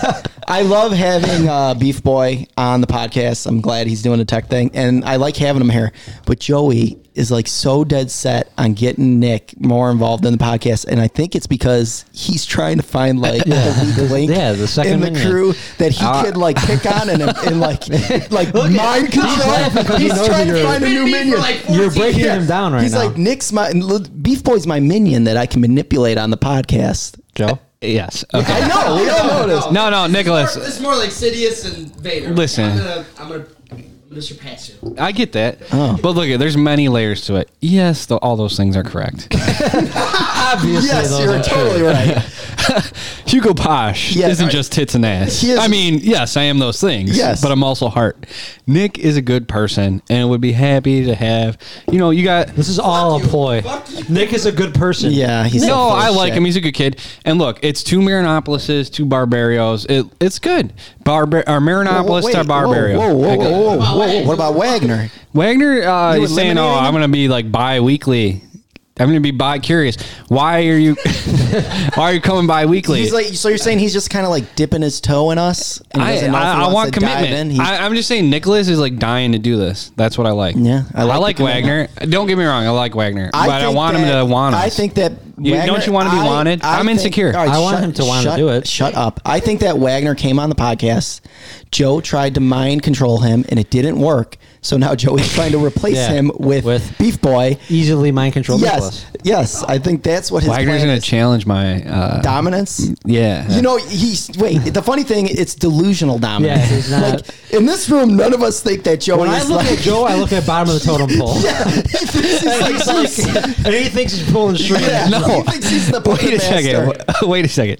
S3: I love having uh, Beef Boy on the podcast. I'm glad he's doing the tech thing, and I like having him here. But Joey is like so dead set on getting Nick more involved in the podcast, and I think it's because he's trying to find like the weak link
S1: yeah, the second
S3: in the
S1: minion.
S3: crew that he
S2: Uh,
S3: could like pick on and, and like like mind
S1: laughing 'cause
S3: control.
S1: he
S3: He's
S1: knows
S3: trying
S1: you're-
S3: to find a
S4: Been
S3: new
S4: me for
S3: minion.
S4: like 14
S1: You're breaking
S4: years.
S1: him down right
S3: He's
S1: now.
S3: like Nick's my Beef Boy's my minion that I can manipulate on the podcast.
S1: Joe.
S2: Yes. Okay.
S3: I know. Oh, We all know this.
S2: No, no,
S4: This is
S2: Nicholas.
S4: more- This is more like Sidious and Vader.
S2: Listen.
S4: I'm gonna, I'm gonna Mr. Patsu.
S2: I get that.
S3: Oh.
S2: But look, there's many layers to it. Yes, the, all those things are correct.
S1: Obviously,
S3: Yes,
S1: those
S3: you're
S1: are true.
S3: totally right.
S2: Hugo Posh
S3: Yes,
S2: isn't
S3: I-
S2: just tits and ass.
S3: He is-
S2: I mean, yes, I am those things.
S3: Yes.
S2: But I'm also heart. Nick is a good person and would be happy to have, you know, you got.
S1: This is all a
S4: you.
S1: ploy.
S4: Fuck you.
S1: Nick is a good person.
S3: Yeah, he's so
S2: No,
S3: full of
S2: I like
S3: shit.
S2: him. He's a good kid. And look, it's two Marinopolises, two Barbarios. It, it's good. Barbar- or
S3: Whoa, whoa,
S2: Marinopolis
S3: wait,
S2: to Barbario.
S3: Whoa, whoa, whoa, whoa, whoa, whoa, whoa. What about Wagner?
S2: Wagner uh,
S3: You
S2: is saying, "Oh,
S3: eliminating
S2: I'm
S3: him?
S2: going to be like bi-weekly. I'm going to be bi-curious. Why are you? why are you coming bi-weekly?
S3: He's like, so you're saying he's just kind of like dipping his toe in us? And he
S2: I,
S3: doesn't know if he
S2: I, I
S3: wants
S2: want
S3: to dive in?
S2: commitment.
S3: He's-
S2: I, I'm just saying Nicholas is like dying to do this. That's what I like.
S3: Yeah, I
S2: I
S3: like
S2: like,
S3: the
S2: Wagner.
S3: commitment.
S2: Don't get me wrong. I like Wagner,
S3: I
S2: but I
S3: think
S2: want him
S3: that-
S2: to want us.
S3: I think that
S2: You-
S3: Wagner-
S2: don't you wanna be
S3: I-
S2: wanted?
S3: I
S2: I'm
S3: think-
S2: insecure.
S3: all right,
S1: I want
S3: shut-
S1: him to wanna
S3: shut-
S1: do it.
S3: Shut up! I think that Wagner came on the podcast. Joe tried to mind control him, and it didn't work. So now Joey's trying to replace
S1: Yeah,
S3: him with,
S1: with-
S3: Beef Boy.
S1: Easily mind controlled.
S3: Yes, yes. I think that's what his
S2: Wagner's
S3: plan
S2: going
S3: is.
S2: to challenge my. Uh,
S3: dominance.
S2: yeah,
S3: You know, he's wait. The funny thing, it's delusional dominance.
S1: Yeah, he's not-
S3: Like, in this room, none of us think that Joey
S1: When I
S3: is
S1: look
S3: like,
S1: at Joe, I look at bottom of the totem pole. and, he's like, and he thinks he's pulling strings.
S3: Yeah,
S2: No.
S3: he thinks he's the
S2: Wait a second.
S3: puppet
S2: Wait a second.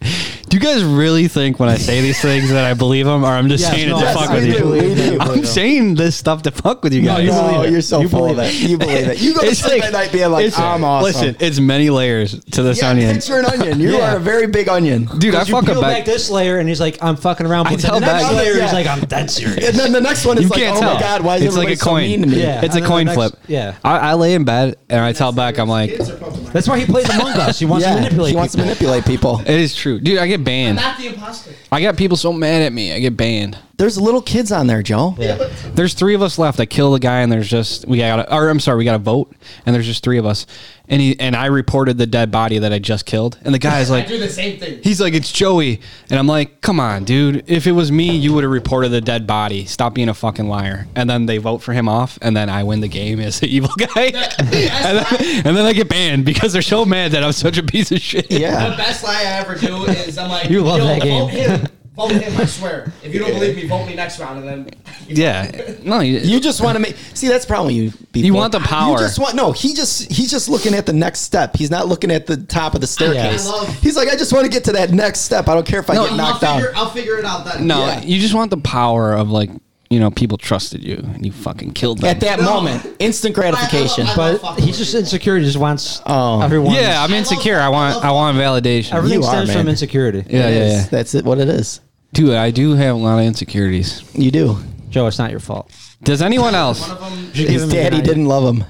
S2: Do you guys really think when I say these things that I believe them, or I'm just
S1: Yes,
S2: saying
S1: no,
S2: it to
S1: yes,
S2: fuck
S1: I
S2: with
S1: do
S2: you?
S1: believe it.
S2: I'm saying this stuff to fuck with you
S1: No,
S2: guys.
S1: you
S3: master.
S1: believe
S3: No,
S1: it.
S3: you're so
S1: You
S3: full of it.
S1: believe
S3: You believe it. You go to
S2: It's
S3: sleep at night being like,
S2: it's-
S3: I'm awesome.
S2: Listen, it's many layers to this
S3: yeah,
S2: onion.
S3: picture an onion. You
S1: Yeah.
S3: are a very big onion.
S2: Dude, I
S1: You
S2: fuck
S1: peel
S2: a
S1: back
S2: back.
S1: this layer, and he's like, "I'm fucking around." But
S2: tell
S1: then the next
S2: back-
S1: layer,
S3: Yeah.
S1: he's like, "I'm dead serious."
S3: And then the next one is
S2: You
S3: like,
S2: can't
S3: oh
S2: tell.
S3: my god, why is
S2: it's like
S3: everybody
S2: a coin.
S3: so mean to me?
S1: Yeah.
S2: It's a
S1: and then
S2: coin
S1: the next-
S2: flip.
S1: yeah.
S2: I, I lay in bed and I tell back. I'm like,
S4: Kids
S2: it
S4: are pumping my-
S1: That's why he plays Among Us. He wants
S3: Yeah,
S1: to manipulate.
S3: he wants to
S1: people.
S3: manipulate people.
S2: is true, dude. I get banned.
S4: Not the imposter.
S2: I got people so mad at me. I get banned.
S3: There's little kids on there, Joe.
S1: Yeah.
S2: There's three of us left. I kill the guy, and there's just we got. to Or I'm sorry, we got to vote, and there's just three of us. And he and I reported the dead body that I just killed, and the guy is
S4: I
S2: like,
S4: do the same thing.
S2: he's like, it's Joey, and I'm like, come on, dude. If it was me, you would have reported the dead body. Stop being a fucking liar. And then they vote for him off, and then I win the game as the evil guy, and, then, and then I get banned because they're so mad that I'm such a piece of shit.
S4: The
S3: Yeah.
S4: best lie I ever do is I'm like,
S1: You love
S4: "Yo,
S1: that game."
S4: Vote him. Vote him. I swear. If you don't believe me, vote me next round, and then
S2: Yeah. No,
S3: You just want to make see that's the problem with you people.
S2: You want the power.
S3: You just want no, he just he's just looking at the next step. He's not looking at the top of the staircase.
S4: I love-
S3: He's like, I just want to get to that next step. I don't care if I
S2: No,
S3: get
S2: I'll
S4: I'll
S3: knocked out.
S4: figure, I'll figure it out then.
S2: No,
S3: Yeah.
S2: you just want the power of like you know people trusted you and you fucking killed them.
S3: At that
S4: No.
S3: moment, instant gratification.
S4: I- I-
S1: But he's just insecure. He just wants
S3: Oh.
S1: everyone.
S2: yeah, I'm insecure. I want I want validation.
S1: everything
S3: You are,
S1: stems
S3: man.
S1: from insecurity.
S2: Yeah,
S3: It
S2: yeah,
S3: is.
S2: yeah.
S3: That's it. What it is.
S2: Dude, I do have a lot of insecurities.
S3: You do.
S1: Joe, it's not your fault.
S2: Does anyone else?
S4: One of them.
S1: You should
S3: His
S1: give him a
S3: daddy
S1: good
S3: didn't love him.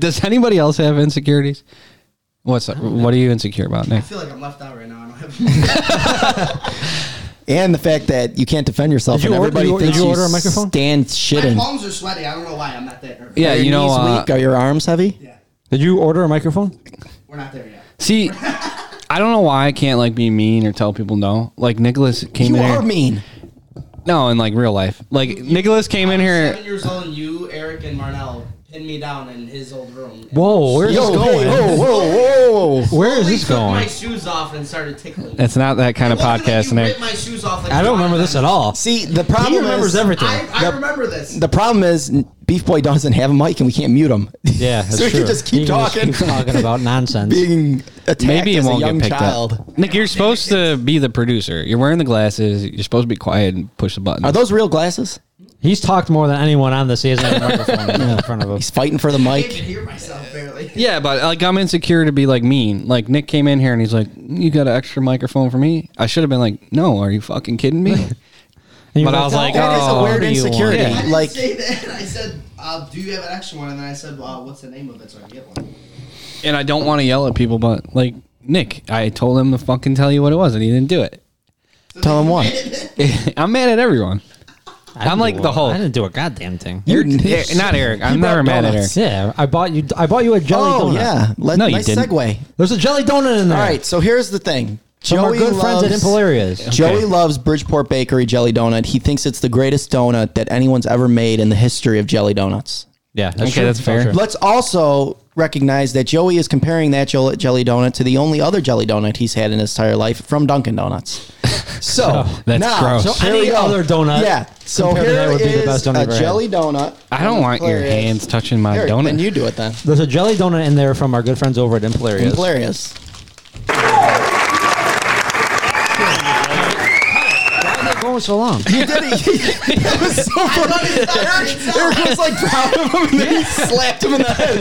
S2: Does anybody else have insecurities? What's what are you insecure about, Nick?
S4: I feel like I'm left out right now. I don't have.
S3: and the fact that you can't defend yourself
S1: Did
S3: and
S1: you order-
S3: everybody
S1: you- did
S3: thinks
S1: you
S3: you,
S1: order a microphone?
S3: stand
S4: my
S3: shitting.
S4: palms are sweaty. I don't know why. I'm not that nervous.
S2: Yeah,
S3: Are your
S2: you know.
S3: knees
S2: Uh,
S3: weak? Are your arms heavy?
S4: Yeah.
S1: Did you order a microphone?
S4: We're not there yet.
S2: see, I don't know why I can't like be mean or tell people no. Like Nicholas came
S3: You
S2: in.
S3: are
S2: here.
S3: mean.
S2: No, in like real life. Like Nicholas came in here.
S4: Seven years old, and you, Eric, and Marnell pinned me down in his old room.
S1: Whoa, where's
S3: Yo,
S1: this going?
S3: hey, whoa, whoa, whoa.
S1: Where is
S4: Slowly
S1: this
S4: took My
S1: going?
S4: shoes off and started tickling.
S2: It's not that kind of
S4: It wasn't like
S2: podcast,
S4: you
S2: Nick.
S4: ripped my shoes off. Like
S1: I don't
S4: you
S1: remember this at all.
S3: See, the
S1: He
S3: problem
S1: remembers
S3: is
S1: everything.
S4: I, I remember this.
S3: the problem is Beef Boy doesn't have a mic and we can't mute him.
S1: Yeah, that's
S3: so he
S1: true.
S3: can just keep
S1: He can just
S3: talking,
S1: keep talking about nonsense.
S3: being attacked
S2: Maybe it
S3: as
S2: won't
S3: a young
S2: get picked
S3: child.
S2: up. Nick, you're supposed to be the producer. You're wearing the glasses. You're supposed to be quiet and push the button.
S3: Are those real glasses?
S1: He's talked more than anyone on this. He hasn't had a microphone in front of him.
S3: He's fighting for the
S4: I can't
S3: mic.
S4: even hear myself barely.
S2: yeah, but like I'm insecure to be like mean. Like Nick came in here and he's like, "You got an extra microphone for me?" I should have been like, "No, are you fucking kidding me?"
S1: And you're
S2: But I was like,
S3: That is
S2: Oh,
S3: a weird
S1: do you want-
S3: insecurity.
S2: Yeah.
S4: I didn't
S3: Like,
S4: say that. I said, uh, "Do you have an extra one?" And then I said, well, "What's the name of it?" So I can get one.
S2: and I don't want to yell at people, but like Nick, I told him to fucking tell you what it was, and he didn't do it.
S3: tell him what.
S2: I'm mad at everyone.
S1: I didn't
S2: I'm like
S1: do
S2: the
S1: a-
S2: Hulk.
S1: I didn't do a goddamn thing.
S2: You're
S3: You're-
S2: not Eric.
S3: He
S2: I'm
S3: brought
S2: never mad at Eric.
S3: donuts.
S1: Yeah, I bought you. I bought you a jelly
S3: Oh
S1: donut.
S3: yeah, Let,
S2: No, you
S3: nice
S2: didn't.
S3: segue.
S1: there's a jelly donut in there.
S3: All right, so here's the thing.
S1: From our good friends at Imperias.
S3: Joey
S2: Okay.
S3: loves Bridgeport Bakery jelly donut. He thinks it's the greatest donut that anyone's ever made in the history of jelly donuts.
S1: Yeah,
S2: Okay, that's fair.
S1: true.
S3: Let's also recognize that Joey is comparing that jel- jelly donut to the only other jelly donut he's had in his entire life from Dunkin' Donuts. So
S2: that's
S3: now,
S2: gross.
S3: So
S1: Any
S3: here we go.
S1: other donut
S3: Yeah. So
S1: compared to
S3: here
S1: that would be the
S3: is
S1: best donut
S3: a
S1: I've ever had.
S3: jelly donut.
S2: I don't want your hands touching my
S3: Here,
S2: donut.
S3: Then you do it then.
S1: There's a jelly donut in there from our good friends over at Implarius.
S3: Hilarious.
S1: Why are they going so long?
S3: You did it. That was so funny. Eric, Eric was like proud of him, and then he slapped him in the head.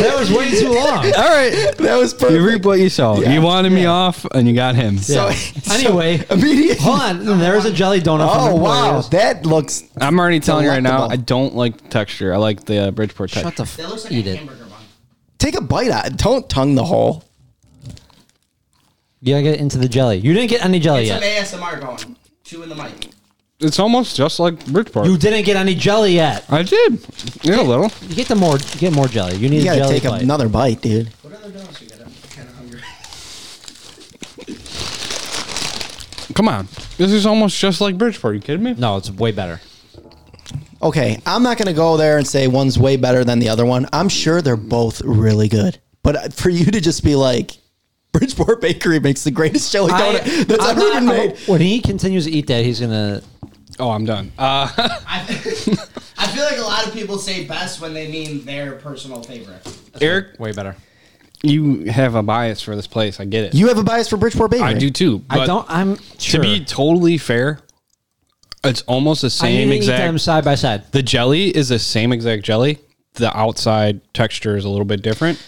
S1: that was way too long.
S2: All right.
S3: that was perfect.
S2: You reap what you sow.
S3: Yeah.
S2: You wanted me off, and you got him.
S1: Yeah. Anyway,
S3: immediately.
S1: hold on. There's a jelly donut.
S3: Oh
S1: from
S3: wow,
S1: Emporious.
S3: that looks.
S2: I'm already telling you right now,
S3: Delectable.
S2: I don't like the texture. I like the uh, Bridgeport texture.
S3: Shut the. F-
S4: That looks like
S1: Eat
S4: a
S1: it.
S4: hamburger bun.
S3: Take a bite out. Don't tongue the hole.
S1: You gotta get into the jelly. You didn't get any jelly
S4: It's
S1: yet.
S4: some ASMR going. Chewing the mic.
S2: it's almost just like Bridgeport.
S1: You didn't get any jelly yet.
S2: I did. Yeah, a little.
S1: You get the more. You get more jelly. You need
S3: You
S1: a
S3: gotta
S1: jelly
S3: take
S1: bite.
S3: another bite, dude.
S4: What other donuts you got? I'm kind of hungry.
S2: Come on. This is almost just like Bridgeport. You kidding me?
S1: no, it's way better.
S3: Okay, I'm not gonna go there and say one's way better than the other one. I'm sure they're both really good, but for you to just be like, Bridgeport Bakery makes the greatest jelly donut that's
S1: I'm
S3: ever
S1: not-
S3: been made.
S1: When he continues to eat that, he's gonna.
S2: Oh, I'm done. Uh,
S4: I, I feel like a lot of people say best when they mean their personal favorite.
S2: Eric,
S1: Way better.
S2: you have a bias for this place. I get it.
S3: You have a bias for Bridgeport Bakery.
S2: I do too.
S1: I
S2: but
S1: don't. I'm
S2: To
S1: sure.
S2: be totally fair, it's almost the
S1: I need
S2: same
S1: to eat them
S2: exact.
S1: side by side.
S2: The jelly is the same exact jelly. The outside texture is a little bit different.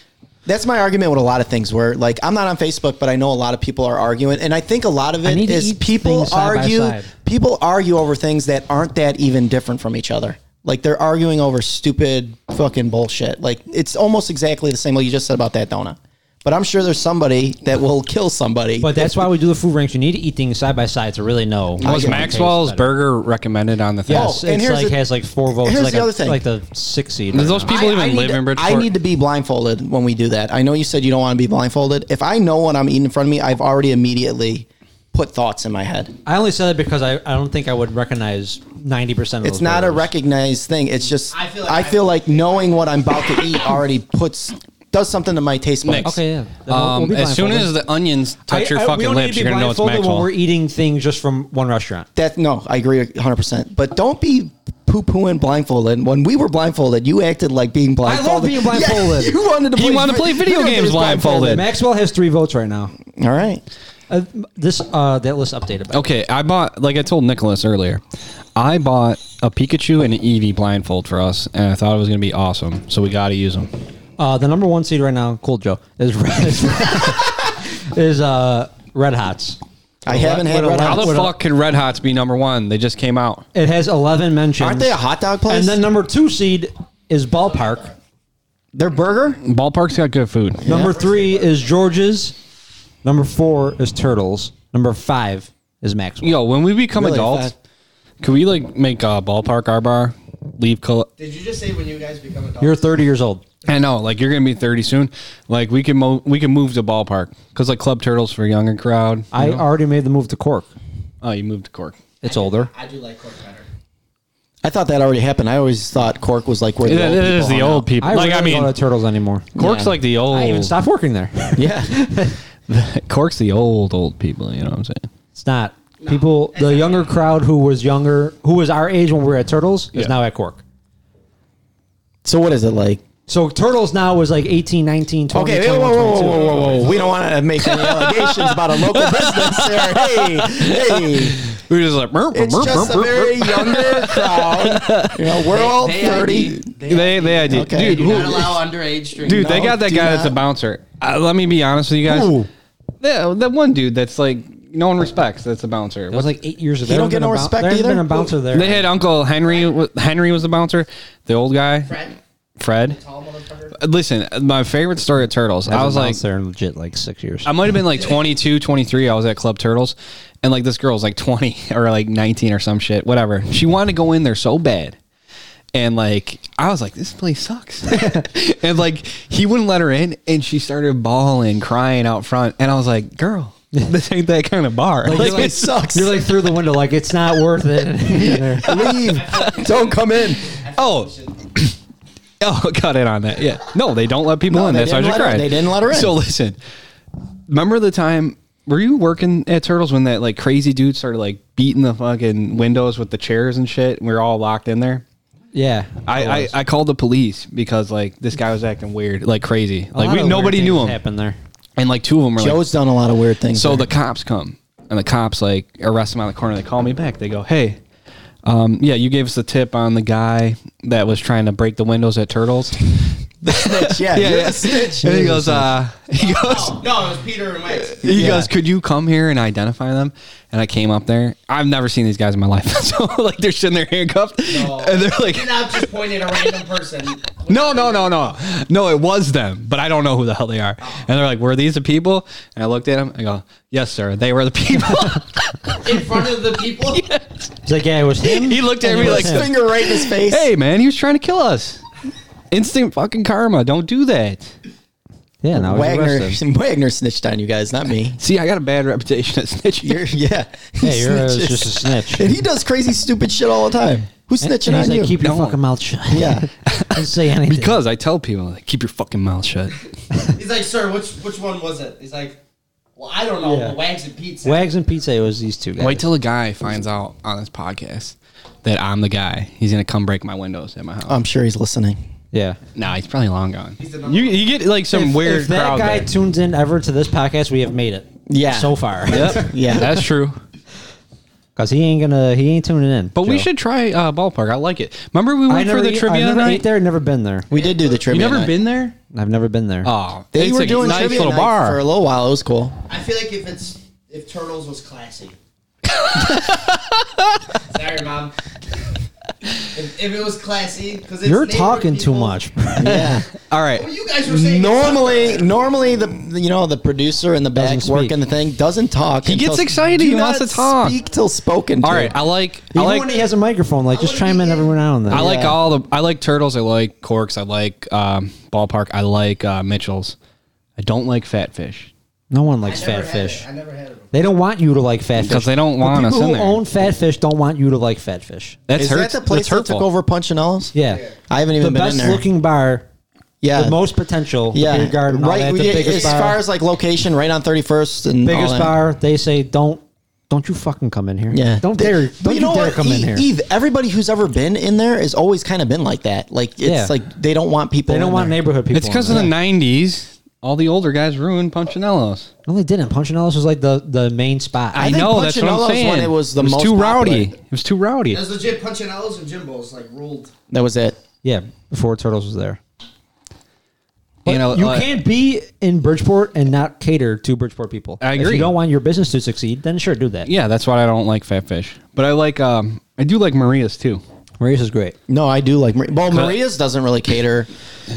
S3: That's my argument with a lot of things. Where like I'm not on Facebook, but I know a lot of people are arguing, and I think a lot of
S1: I
S3: it
S1: need to
S3: is
S1: eat
S3: people
S1: things side by
S3: argue.
S1: side.
S3: People argue over things that aren't that even different from each other. Like they're arguing over stupid fucking bullshit. Like it's almost exactly the same like you just said about that donut. But I'm sure there's somebody that will kill somebody.
S1: But that's why we do the food ranks. You need to eat things side by side to really know.
S2: Was Maxwell's
S1: burger?
S2: burger recommended on the thing?
S1: Yes,
S3: Oh, and
S1: it's
S3: here's
S1: like
S3: the-
S1: has like four votes.
S3: here's
S1: like
S3: the
S1: a-
S3: other thing.
S1: like the six seed.
S2: Do
S1: right
S2: Oh. those
S1: now.
S2: people even
S3: need
S2: live
S3: to-
S2: in Bridgeport?
S3: I need to be blindfolded when we do that. I know you said you don't want to be blindfolded. If I know what I'm eating in front of me, I've already immediately put thoughts in my head.
S1: I only said it because I, I don't think I would recognize ninety percent of.
S3: It's
S1: those
S3: not a
S1: burgers.
S3: recognized thing. It's just I
S4: I
S3: feel
S4: feel
S3: like,
S4: like I-
S3: knowing what I'm about to eat already puts does something to my taste buds.
S2: Nick.
S1: Okay, yeah. Then we'll-
S2: Um,
S1: we'll be
S2: as soon
S1: blindfolded.
S2: as the onions touch your
S1: I- I- we
S2: fucking
S1: don't need
S2: lips,
S1: to be
S2: you're gonna know it's
S1: blindfolded
S2: Maxwell.
S1: when we're eating things just from one restaurant.
S3: That no, I agree 100. percent But don't be poo pooing blindfolded. When we were blindfolded, you acted like being blindfolded.
S1: being
S3: Yeah,
S1: blindfolded.
S3: you wanted to.
S2: He
S3: play,
S2: wanted to play video
S3: you wanted
S2: games
S3: be
S2: blindfolded.
S1: Maxwell has three votes right now.
S3: All right.
S1: Uh, this uh, that list updated. by-
S2: Okay, I bought like I told Nicholas earlier. I bought a Pikachu and an Eevee blindfold for us, and I thought it was gonna be awesome. So we gotta use them.
S1: Uh, the number one seed right now, Cool Joe, is red, is, uh, Red Hots.
S3: I haven't had
S1: what
S3: red
S1: a-
S2: How
S3: hot.
S2: the
S1: What
S2: fuck can Red Hots be number one? They just came out.
S1: It has eleven mentions.
S3: Aren't they a hot dog place?
S1: And then number two seed is Ballpark.
S3: their burger.
S2: Ballpark's got good food.
S1: Number three is George's. Number four is Turtles. Number five is Maxwell.
S2: Yo, when we become
S3: Really
S2: adults,
S3: fat.
S2: could we like make a ballpark our bar? Leave. Col-
S4: Did you just say when you guys become adults?
S1: You're 30 years old.
S2: I know, like you're gonna be thirty soon. Like we can mo- we can move to ballpark because like Club Turtles for a younger crowd.
S1: I already made the move to Cork.
S2: oh, you moved to Cork.
S1: It's older.
S4: I do like Cork better.
S3: I thought that already happened. I always thought Cork was like where the
S2: It
S3: old people
S2: is the
S3: hung
S2: old
S3: out.
S2: people.
S1: I
S2: like
S1: really
S2: I
S1: don't go
S2: mean,
S1: to Turtles anymore.
S2: Cork's
S3: Yeah.
S2: like the old.
S1: I even stopped working there.
S3: Yeah.
S2: Cork's the old old people. You know what I'm saying?
S1: It's not people. The younger crowd who was younger, who was our age when we were at Turtles,
S2: Yeah.
S1: is now at Cork.
S3: so what is it like?
S1: So Turtles now was like 18, 19, 20,
S3: Okay, whoa,
S1: 21,
S3: whoa, whoa, whoa,
S1: 22.
S3: whoa, whoa, whoa. We don't want to make any allegations about a local business here. Hey, hey.
S2: We're just like "Merp,
S3: It's
S2: merp,
S3: just
S2: merp, merp,
S3: a very
S2: merp."
S3: younger crowd. You know, we're all 30.
S2: They they ID.
S3: Okay.
S2: dude.
S3: You
S2: who-
S5: Not allow underage drinking.
S2: dude, they
S3: No,
S2: got that
S3: do
S2: guy
S3: not.
S2: that's a bouncer. Uh, let me be honest with you guys.
S1: Who?
S2: That, that one dude that's like no one respects. That's a bouncer.
S1: That was like eight years ago.
S3: don't
S1: There hasn't
S3: get no
S1: been a
S3: respect
S1: there hasn't
S3: either?
S1: been a bouncer there.
S2: they had Uncle Henry. wa- Henry was the bouncer. The old guy,
S4: Fred,
S2: Fred.
S4: tall motherfucker.
S2: Uh, Listen, my favorite story at Turtles. I
S1: Hasn't
S2: was
S1: been
S2: like,
S1: there in legit like six years.
S2: I might have been like 22, 23. I was at Club Turtles, and like this girl was like 20 or like 19 or some shit, whatever. She wanted to go in there so bad. And like, I was like, this place sucks. and like, he wouldn't let her in, and she started bawling, crying out front. And I was like, girl, this ain't that kind of bar. Like,
S1: you're like-
S2: it sucks.
S1: You're like through the window, like it's not worth it.
S3: Leave. Don't come in.
S2: oh, Oh, got in on that. Yeah. No, they don't let people
S3: No,
S2: in.
S3: they
S2: That's why you're
S3: didn't let her-
S2: crying.
S3: they didn't let her in.
S2: So listen, remember the time? Were you working at Turtles when that like crazy dude started like beating the fucking windows with the chairs and shit? And we were all locked in there.
S1: Yeah.
S2: I, I, I called the police because like this guy was acting weird, like crazy. Like we, nobody knew him.
S1: Happened there.
S2: And like two of them were like,
S3: Joe's done a lot of weird things.
S2: so
S3: there.
S2: the cops come and the cops like arrest him on the corner. They call me back. They go, "Hey, um, yeah, you gave us the tip on the guy that was trying to break the windows at Turtles." yeah,
S3: yeah, you're
S2: yeah.
S3: a snitch.
S2: And he goes, uh, he goes,
S5: No, it was Peter and Wes.
S2: he
S3: Yeah.
S2: goes, could you come here and identify them? And I came up there. I've never seen these guys in my life, so like they're sitting there handcuffed, and they're like,
S4: You not just point at a random person.
S2: no, no, no, no, no, it was them, but I don't know who the hell they are. And they're like, were these the people? And I looked at them. I go, yes, sir, they were the people.
S4: In front of the people?
S1: He's like, yeah, it was him.
S2: he looked at
S1: and it
S2: me
S1: was
S2: like,
S1: him.
S3: finger right in his face.
S2: hey, man, he was trying to kill us. Instant fucking karma. Don't do that.
S1: yeah, now
S3: Wagner, Wagner snitched on you guys, not me.
S2: See, I got a bad reputation at snitching.
S3: You're, yeah,
S1: Yeah, you're uh,
S3: Snitches.
S1: just a snitch.
S3: and he does crazy, stupid shit all the time. Who's
S1: And-
S3: snitching
S1: and he's
S3: on
S1: like,
S3: you?
S1: Keep your
S2: No.
S1: fucking mouth shut.
S3: yeah,
S1: Don't say anything.
S2: Because I tell people, like, keep your fucking mouth shut.
S4: He's like, sir, which which one was it? He's like, well, I don't know.
S1: Yeah.
S4: but Wags and Pizza.
S1: Wags and Pizza it was these two guys.
S2: Wait till the guy finds out on this podcast that I'm the guy. He's gonna come break my windows at my house.
S3: I'm sure he's listening.
S1: yeah.
S2: nah, he's probably long gone.
S4: He's the number
S2: You, you get like some
S1: if,
S2: weird
S1: if that
S2: crowd
S1: guy
S2: there.
S1: tunes in ever to this podcast, we have made it.
S3: Yeah.
S1: So far.
S2: Yep.
S3: Yeah.
S2: that's true.
S1: Because he ain't gonna he ain't tuning in.
S2: But we
S1: Joe.
S2: should try uh, ballpark. I like it. Remember we
S1: I
S2: went
S1: never,
S2: for the
S1: eat-
S2: trivia
S1: I never
S2: night.
S1: ate there, never been there.
S3: We did do the
S2: You
S3: trivia.
S2: never
S3: night.
S2: been there?
S1: I've never been there.
S2: Oh,
S3: They
S2: it's
S3: were
S2: a
S3: doing
S2: nice
S3: trivia
S2: little
S3: night
S2: bar.
S3: for a little while. It was cool.
S4: I feel like if it's if Turtles was classy. Sorry, mom. If, if it was classy, because
S1: You're talking too much.
S3: Yeah.
S2: All right.
S4: Well, you guys were saying
S3: normally, normally the the- you know the producer in the back
S1: Doesn't speak.
S3: working the thing doesn't talk. He
S2: gets excited. He wants to talk.
S3: Speak till spoken. To.
S2: All right. I like. I
S1: Even
S2: like.
S1: when he has a microphone, like just
S4: wouldn't
S1: chime
S4: be
S1: in
S4: gay.
S1: every now and then.
S2: I like
S3: Yeah.
S2: all the. I like turtles. I like corks. I like um, ballpark. I like uh, Mitchell's. I don't like fat fish.
S1: no one likes
S4: I
S1: fat
S4: never had
S1: fish.
S4: It. I never had it.
S1: They don't want you to like fat fish
S2: Because they don't
S1: The
S2: want us
S1: people who
S2: in there.
S1: own fat fish don't want you to like fat fish.
S2: That's
S3: Is
S2: hurts.
S3: that the place
S2: that's
S3: that took
S2: hurtful.
S3: over Punchinellos?
S1: Yeah,
S3: I haven't
S1: the
S3: even been
S1: best
S3: in there.
S1: looking bar,
S3: yeah.
S1: the most potential. the
S3: yeah.
S1: beer garden, all
S3: right.
S1: that, the
S3: yeah,
S1: biggest
S3: as
S1: bar,
S3: far as like location, right on 31st and all
S1: biggest
S3: that.
S1: bar. They say don't, don't you fucking come in here.
S3: Yeah.
S1: don't
S3: They-
S1: dare,
S3: but
S1: don't you,
S3: know
S1: dare
S3: what?
S1: come
S3: E-
S1: in here.
S3: Eve, everybody who's ever been in there has always kind of been like that. Like it's
S1: Yeah.
S3: like they don't want people.
S1: They don't
S3: in
S1: want
S3: there.
S1: neighborhood people.
S2: It's because
S1: in
S2: of the
S1: there.
S2: '90s. All the older guys ruined Punchinellos.
S1: No, they didn't. Punchinellos was like the the main spot.
S2: I,
S3: think
S2: know. That's what
S3: Punchinellos
S2: I'm
S3: when
S2: saying.
S3: it was the
S2: it was
S3: most
S2: too rowdy.
S3: popular.
S2: It was too rowdy.
S4: It was legit punching elves and Jimbo's like ruled.
S3: That was it.
S1: yeah, before Turtles was there.
S2: you know,
S1: you
S2: uh,
S1: can't be in Bridgeport and not cater to Bridgeport people.
S2: I
S1: If
S2: agree.
S1: you don't want your business to succeed, then sure, do that.
S2: Yeah, that's why I don't like fat fish. But I like. Um, I do like Maria's too.
S1: Maria's is great.
S3: No, I do like. Mar- Well, Maria's doesn't really cater.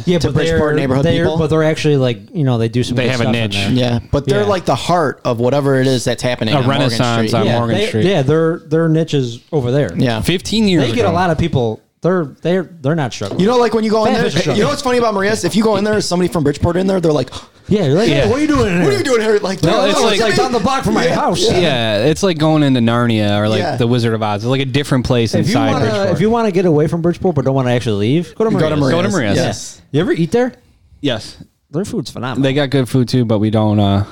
S1: Yeah,
S3: To
S1: but
S3: Bridgeport
S1: they're,
S3: neighborhood
S1: they're,
S3: people?
S1: But they're actually like you know they do some.
S2: They
S1: good
S2: have a
S1: stuff in
S2: niche.
S1: there.
S3: Yeah, but they're
S1: Yeah.
S3: like the heart of whatever it is that's happening.
S2: A
S3: on Morgan
S2: renaissance
S3: Street.
S2: on
S1: yeah,
S2: Morgan
S1: they-
S2: Street.
S1: Yeah, their their niche is over there.
S3: Yeah.
S2: Fifteen years.
S1: they get a
S2: ago.
S1: lot of people. They're they're they're not struggling.
S3: You know, like when you go in
S1: Fan
S3: there,
S1: fish
S3: you know what's funny about Maria's? If you go in there, there's somebody from Bridgeport in there, they're like,
S1: yeah, you're like,
S2: Yeah.
S1: Hey, what are you doing? in
S3: "What are
S1: here?"
S3: you doing here?" Like,
S2: No,
S1: It's,
S2: It's
S1: like,
S2: like-
S1: down the block from my house.
S2: Yeah, it's like going into Narnia or like
S3: Yeah.
S2: the Wizard of Oz. It's like a different place
S1: If you
S2: inside
S1: wanna,
S2: Bridgeport.
S1: if you want to get away from Bridgeport but don't want to actually leave, go to Maria's.
S3: go to Maria's.
S2: Go to Maria's.
S3: Yes.
S1: You ever eat there?
S2: yes,
S1: Their food's phenomenal.
S2: they got good food too, but we don't uh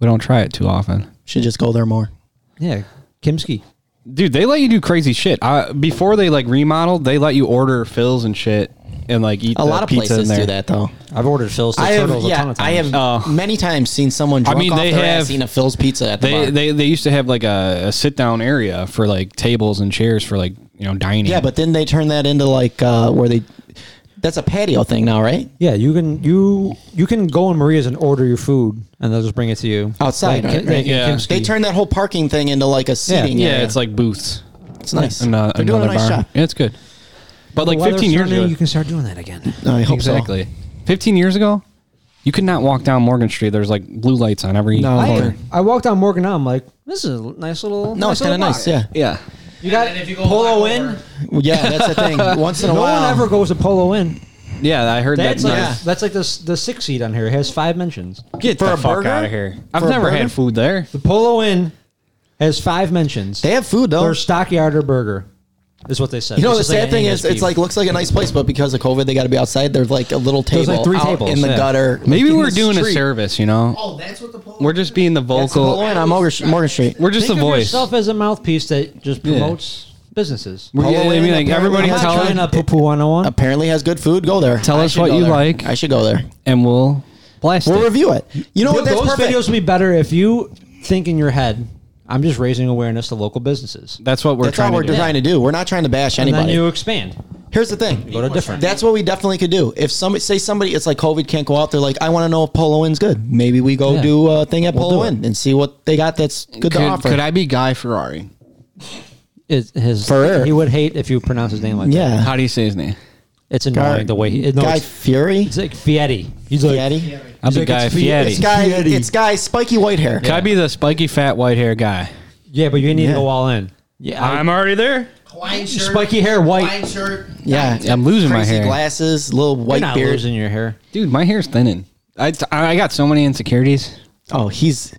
S2: we don't try it too often.
S3: Should just go there more.
S1: yeah, Kimski.
S2: Dude, they let you do crazy shit. I, before they like remodeled, they let you order fills and shit and like eat
S3: A
S2: the
S3: lot of
S2: pizza
S3: places
S2: in there.
S3: do that though.
S1: I've ordered Phil's
S3: I have,
S1: turtles a ton
S3: yeah,
S1: of times.
S3: I have
S2: Oh.
S3: many times seen someone drunk I mean, they have, seen a Phil's pizza at the
S2: They,
S3: bar.
S2: they they used to have like a, a sit down area for like tables and chairs for like you know dining.
S3: yeah, but then they turn that into like uh, where they. That's a patio thing now, right?
S1: Yeah, you can you you can go in Maria's and order your food, and they'll just bring it to you
S3: Outside,
S1: Like,
S3: right,
S1: like
S3: right.
S1: in
S2: Yeah.
S1: Kimski.
S3: They turn that whole parking thing into like a seating.
S2: yeah,
S3: area.
S2: it's like booths.
S3: it's nice.
S2: And, uh,
S3: They're doing a
S2: another
S3: nice
S2: bar.
S3: job.
S2: Yeah, it's good. But like
S1: The weather's
S2: 15 years
S1: turning,
S2: ago,
S1: you can start doing that again.
S3: I hope so.
S2: exactly. 15 years ago, you could not walk down Morgan Street. There's like blue lights on every
S3: No.
S2: corner.
S1: I, I walked down Morgan. Now I'm like, this is a nice little.
S3: No, it's
S1: little
S3: kind of nice.
S1: block.
S3: Yeah,
S2: Yeah.
S1: You got
S4: And then if you go
S1: Polo
S4: black
S1: in.
S4: over-
S3: yeah, that's the thing. Once in a
S1: No
S3: while,
S1: one ever goes to Polo in.
S2: Yeah, I heard
S1: That's
S2: that's
S1: like
S2: nice.
S3: Yeah.
S1: that's like the s- the six seed on here. It has five mentions.
S2: Get
S3: For
S2: the
S3: a
S2: fuck
S3: burger?
S2: out of here. I've
S3: For a
S2: never
S3: burger?
S2: had food there.
S1: The Polo in has five mentions.
S3: they have food though.
S1: Their stockyard or burger. Is what they said.
S3: You know,
S1: It's
S3: the
S1: just like
S3: sad
S1: an
S3: thing
S1: hangers
S3: is, it's
S1: peep.
S3: like looks like a nice place, but because of COVID, they got to be outside. There's like a little table
S1: There's, like, three
S3: out
S1: tables,
S3: in the
S1: yeah.
S3: gutter.
S2: Maybe
S3: in
S2: we're
S3: the
S2: doing a
S3: street.
S2: service, you know?
S4: Oh, that's what the poll.
S2: We're just being the
S3: That's the
S2: vocal.
S3: Polo Inn on Morgan, Morgan Street.
S2: We're just
S1: Think
S2: a
S1: of
S2: voice.
S1: yourself as a mouthpiece that just promotes businesses.
S2: We're- yeah,
S3: Polo
S2: I
S3: Inn,
S2: mean, like,
S3: apparently
S2: everybody
S1: I'm
S3: has
S1: not
S2: tell
S3: good-
S2: us-
S1: trying to poo poo on one.
S3: Apparently has good food. Go there.
S2: Tell us
S3: should
S2: what
S3: go
S2: you
S3: there.
S2: like.
S3: I should go there.
S2: and we'll blast
S3: We'll
S2: it.
S3: review it. You know what? That's
S1: Those
S3: perfect.
S1: videos would be better if you think in your head, I'm just raising awareness to local businesses.
S2: That's what we're
S3: That's all
S2: trying
S3: we're
S2: to do.
S3: trying to do. We're not trying to bash
S1: And then
S3: anybody.
S1: you expand.
S3: Here's the thing.
S1: Go to different.
S3: That's what we definitely could do. If somebody say somebody, it's like COVID can't go out. They're like, I want to know if Polo Inn's good. Maybe we go
S1: Yeah.
S3: do a thing at
S1: We'll
S3: Polo
S1: do it.
S3: Inn and see what they got that's good to
S2: Could,
S3: offer.
S2: could I be Guy Ferrari?
S1: Is his
S3: For-
S1: he would hate if you pronounce his name like that.
S3: yeah,
S2: How do you say his name?
S1: It's annoying
S3: Guy-
S1: the way he. No,
S3: Guy
S1: it's,
S3: Fury,
S1: it's like Fietti. He's like
S3: Daddy.
S2: I'm
S1: He's
S2: a
S1: like,
S2: Guy
S1: it's Fe-
S2: Fieri.
S3: It's guy. It's guy. Spiky white hair.
S2: Could I be the spiky, fat, white hair guy?
S1: Yeah, but you need
S3: Yeah.
S1: to go all in. Yeah, I-
S2: I'm already there.
S4: Hawaiian shirt,
S1: Spiky hair, white.
S4: Hawaiian shirt.
S3: Yeah,
S2: I'm losing my
S3: Crazy
S2: hair.
S3: Glasses, little
S1: you're
S3: white
S1: not
S3: beard.
S1: losing your hair.
S2: Dude, my hair's thinning. I, I got so many insecurities.
S3: Oh, he's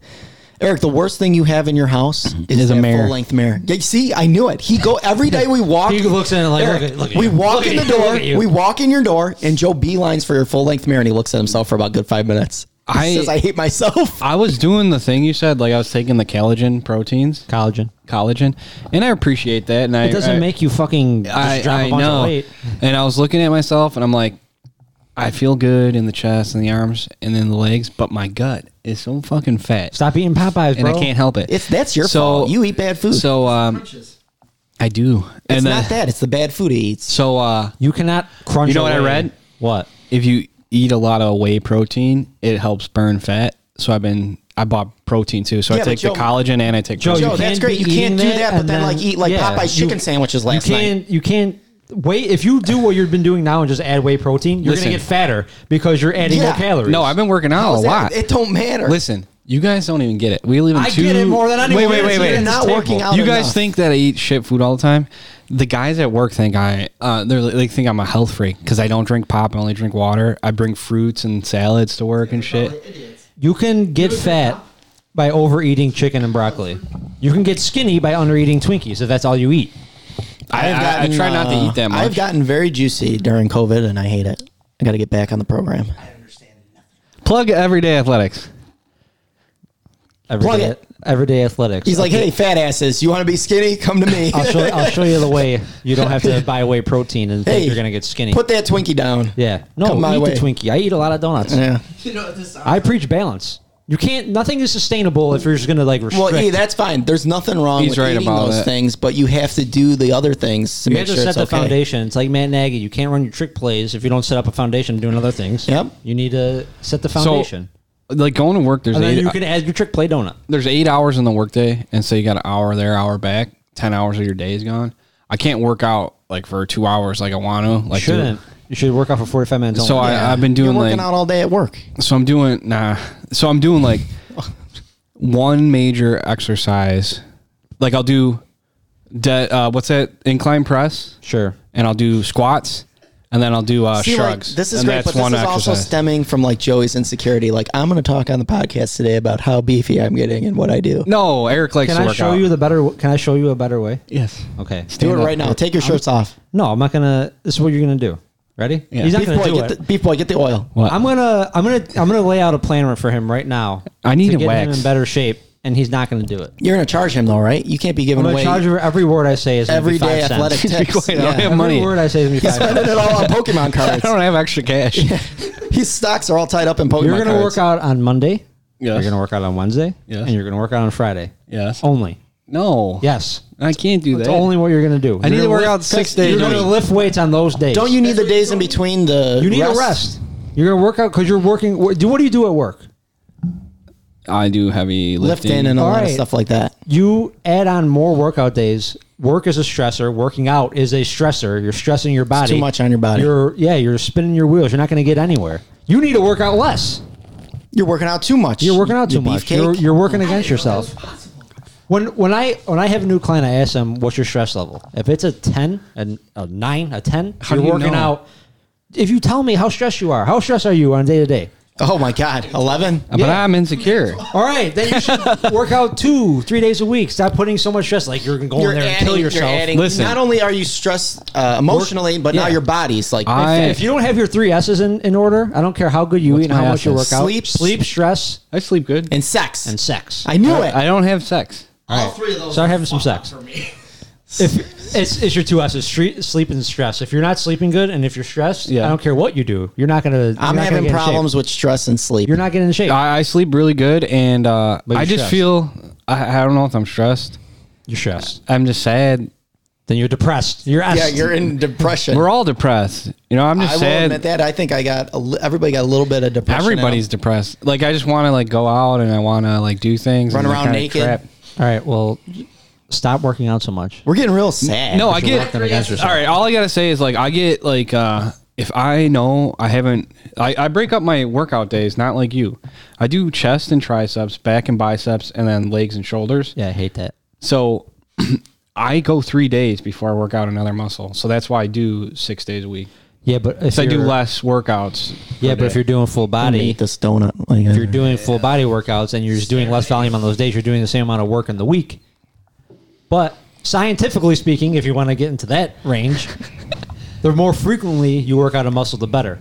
S3: Eric. The worst thing you have in your house
S1: Mm-hmm.
S3: is,
S2: Is a
S3: that
S2: mirror.
S3: full-length mirror. Yeah, you see, I knew it. He go every day. We walk.
S1: He looks in it like,
S3: Eric,
S1: look at- look at
S3: we
S1: you.
S3: walk
S1: Look
S3: in the
S1: at you. Look at
S3: door.
S1: you.
S3: We walk in your door, and Joe beelines for your full-length mirror, and he looks at himself for about good five minutes. He
S2: I-
S3: says, "I hate myself."
S2: I was doing the thing you said, like I was taking the collagen proteins,
S1: Collagen.
S2: collagen, and I appreciate that. And I,
S1: It doesn't
S2: I,
S1: make you fucking just
S2: I,
S1: drop a
S2: I
S1: bunch
S2: know.
S1: of weight.
S2: And I was looking at myself, and I'm like, I feel good in the chest and the arms and in the legs, but my gut is so fucking fat,
S1: Stop eating Popeyes,
S2: and
S1: bro.
S2: I can't help it.
S3: It's that's your
S2: So-
S3: fault. You eat bad food.
S2: So um,
S4: Crunches.
S2: I do.
S3: it's
S2: and uh,
S3: not that. It's the bad food he eats.
S2: So uh,
S1: You cannot crunch.
S2: You know what I
S1: away.
S2: read?
S1: What?
S2: if you eat a lot of whey protein, it helps burn fat. So I've been I bought protein too. So
S3: Yeah,
S2: I
S3: but
S2: take
S3: Joe-
S2: the collagen and I take
S1: Joe,
S2: protein.
S3: Joe,
S1: can't
S3: that's great.
S1: be
S3: You can't
S1: eating
S3: do
S1: that
S3: that, but
S1: and
S3: then,
S1: then-
S3: like eat like
S1: yeah.
S3: Popeye's
S1: You-
S3: chicken sandwiches last
S1: you
S3: night.
S1: can't. You can't. Wait, if you do what you've been doing now and just add whey protein, you're
S2: Listen.
S1: gonna get fatter because you're adding
S3: Yeah.
S1: more calories.
S2: no, I've been working out
S3: How
S2: a
S3: is that-
S2: lot.
S3: It don't matter.
S2: Listen, you guys don't even get it. We live in
S1: I
S2: two.
S1: get it more than anyone.
S2: Wait, wait, wait,
S1: It's
S2: wait.
S1: even
S3: not
S1: It's
S3: working
S1: terrible.
S3: out.
S2: you guys
S3: enough.
S2: think that I eat shit food all the time. The guys at work think I uh, they're li- like think I'm a health freak because I don't drink pop. I only drink water. I bring fruits and salads to work and shit.
S4: Idiots.
S1: You can get fat by overeating chicken and broccoli. You can get skinny by undereating Twinkies if that's all you eat.
S2: I, I, I try not to
S3: uh,
S2: eat that much.
S3: I've gotten very juicy during COVID, and I hate it. I got to get back on the program.
S4: I understand nothing.
S2: Plug everyday athletics.
S1: Everyday,
S3: Plug it.
S1: everyday athletics.
S3: He's like,
S1: Okay.
S3: "Hey, fat asses, you want to be skinny? Come to me.
S1: I'll show, I'll show you the way. You don't have to buy whey protein and think
S3: Hey,
S1: you're gonna get skinny.
S3: Put that Twinkie down."
S1: yeah, no,
S3: come my
S1: eat
S3: way.
S1: the Twinkie. I eat a lot of donuts.
S3: Yeah.
S4: You know what this sounds
S1: I preach balance. You can't. Nothing is sustainable if you're just gonna like restrict.
S3: Well, hey, that's fine. There's nothing wrong
S2: He's
S3: with
S2: right
S3: eating
S2: about
S3: those
S2: that.
S3: things, but you have to do the other things to
S1: you have
S3: make
S1: to
S3: sure
S1: set
S3: it's
S1: the
S3: okay.
S1: foundation. It's like Matt Nagy. You can't run your trick plays if you don't set up a foundation doing other things.
S3: Yep.
S1: You need to set the foundation,
S2: So, like going to work, there's
S1: and then
S2: eight, uh,
S1: you can add your trick play donut.
S2: there's eight hours in the workday, and so you got an hour there, hour back. Ten hours of your day is gone. I can't work out like for two hours like I want to. Like do-
S1: Shouldn't. You should work out for 45 minutes.
S2: So
S1: only.
S2: I, I've been doing
S3: You're working
S2: like
S3: out all day at work.
S2: so I'm doing nah. So I'm doing like one major exercise. Like I'll do de- uh, what's that incline press,
S1: sure.
S2: and I'll do squats, and then I'll do uh,
S3: See, like,
S2: shrugs.
S3: this is
S2: and
S3: great, but this is also stemming from like Joey's insecurity. Like, I'm going to talk on the podcast today about how beefy I'm getting and what I do.
S2: no, Eric likes
S1: Can
S2: to
S1: I
S2: work
S1: show
S2: out.
S1: you the better? w- Can I show you a better way?
S2: yes.
S1: Okay.
S3: do it right now. Take your shirts off.
S1: No, I'm not gonna. This is what you're gonna do. Ready?
S2: Yeah.
S1: He's not
S3: Beef
S1: gonna
S3: boy,
S1: do
S3: get
S1: it.
S3: the, beef boy, get the oil.
S2: What?
S1: I'm gonna. I'm gonna. I'm gonna lay out a plan for him right now.
S2: I need
S1: to
S2: a
S1: get him
S2: wax.
S1: in better shape, and he's not gonna do it.
S3: You're going to charge him though, right? You can't be
S1: I'm
S3: giving
S1: gonna
S3: away
S1: charge you for every word I say. Is gonna be
S3: everyday
S1: five
S3: athletic
S1: Cents.
S3: tips.
S2: quiet, I don't have
S1: every
S2: money.
S1: word I say is gonna be
S3: He's
S1: five cents.
S3: spending it all on Pokemon
S2: I
S3: cards.
S2: don't have extra cash.
S3: His stocks are all tied up in Pokemon
S1: You're gonna
S3: cards.
S1: work out on Monday.
S2: Yes.
S1: You're gonna work out on Wednesday.
S2: Yes.
S1: And you're gonna work out on Friday.
S2: Yes.
S3: Oh.
S1: Only.
S2: No.
S1: Yes.
S2: I can't do
S1: That's
S2: that.
S1: only what you're gonna do.
S2: I need
S1: You're
S2: to
S1: gonna
S2: work
S1: lift-
S2: out six days.
S1: You're
S2: a
S1: gonna
S2: week.
S1: lift weights on those days.
S3: Don't you need the days in between the?
S1: You need a rest. You're gonna work out because you're working. wh- Do what do you do at work?
S2: I do heavy lifting,
S3: lifting, and a
S1: All
S3: lot of
S1: right.
S3: stuff like that.
S1: you add on more workout days. Work is a stressor. Working out is a stressor. You're stressing your body.
S3: too much on your body.
S1: You're yeah. You're spinning your wheels. You're not going to get anywhere. You need to work out less.
S3: You're working out too much.
S1: You're working out too
S3: You
S1: much.
S3: beefcake.
S1: You're, you're working
S4: I
S1: against
S4: didn't know that was
S1: yourself.
S4: possible.
S1: When when I when I have a new client, I ask them, "What's your stress level?" If it's a ten, a, a nine, a ten,
S2: How do
S1: you're
S2: you
S1: working
S2: know?
S1: out. If you tell me how stressed you are, how stressed are you on day to day?
S3: Oh my God, eleven.
S2: But
S1: Yeah.
S2: I'm insecure.
S1: All right, then you should work out two, three days a week. Stop putting so much stress. Like you're going to go in there and kill yourself.
S2: Listen.
S3: Not only are you stressed uh, emotionally, but now
S1: Yeah.
S3: your body's like.
S2: I-
S1: if you don't have your three S's in, in order, I don't care how good you
S2: What's
S1: eat and how
S2: my
S1: much you work
S2: S's?
S1: out.
S3: Sleep.
S1: sleep, stress,
S2: I sleep good.
S3: and sex.
S1: and sex.
S3: I knew it.
S2: I don't have sex.
S4: All three of those.
S1: Start
S4: are
S1: having some
S4: fuck up
S1: sex.
S4: for me.
S1: if it's, it's your two S's, stre- sleep and stress. If you're not sleeping good and if you're stressed,
S2: Yeah.
S1: I don't care what you do, you're not going to.
S3: I'm having problems
S1: Shape.
S3: with stress and sleep.
S1: You're not getting in shape.
S2: I, I sleep really good, and uh,
S1: you're
S2: I just
S1: stressed.
S2: feel I, I don't know if I'm stressed.
S1: You're stressed.
S2: I'm just sad.
S1: Then you're depressed. You're
S3: yeah,
S1: asked.
S3: you're in depression.
S2: We're all depressed. You know, I'm just
S3: I will
S2: sad.
S3: admit that. I think I got a li- everybody got a little bit of depression.
S2: Everybody's depressed. Like I just want to like go out and I want to like do things,
S3: Run
S2: and that
S3: around
S2: kinda
S3: naked.
S1: All right, well, stop working out so much.
S3: We're getting real sad.
S2: No, I
S1: you're
S2: get.
S1: working against
S2: All right, all I gotta say is like I get like uh if I know I haven't, I, I break up my workout days. Not like you. I do chest and triceps, back and biceps, and then legs and shoulders.
S1: Yeah, I hate that.
S2: So I go three days before I work out another muscle. So that's why I do six days a week.
S1: Yeah, but if
S2: So I do
S1: you're-
S2: less workouts.
S1: Yeah,
S2: per
S1: but if
S2: day.
S1: you're doing full
S3: I'm gonna
S1: body,
S3: eat this donut. Like,
S1: if you're doing full body workouts and you're just doing less volume on those days, you're doing the same amount of work in the week. But scientifically speaking, if you want to get into that range, the more frequently you work out a muscle, the better.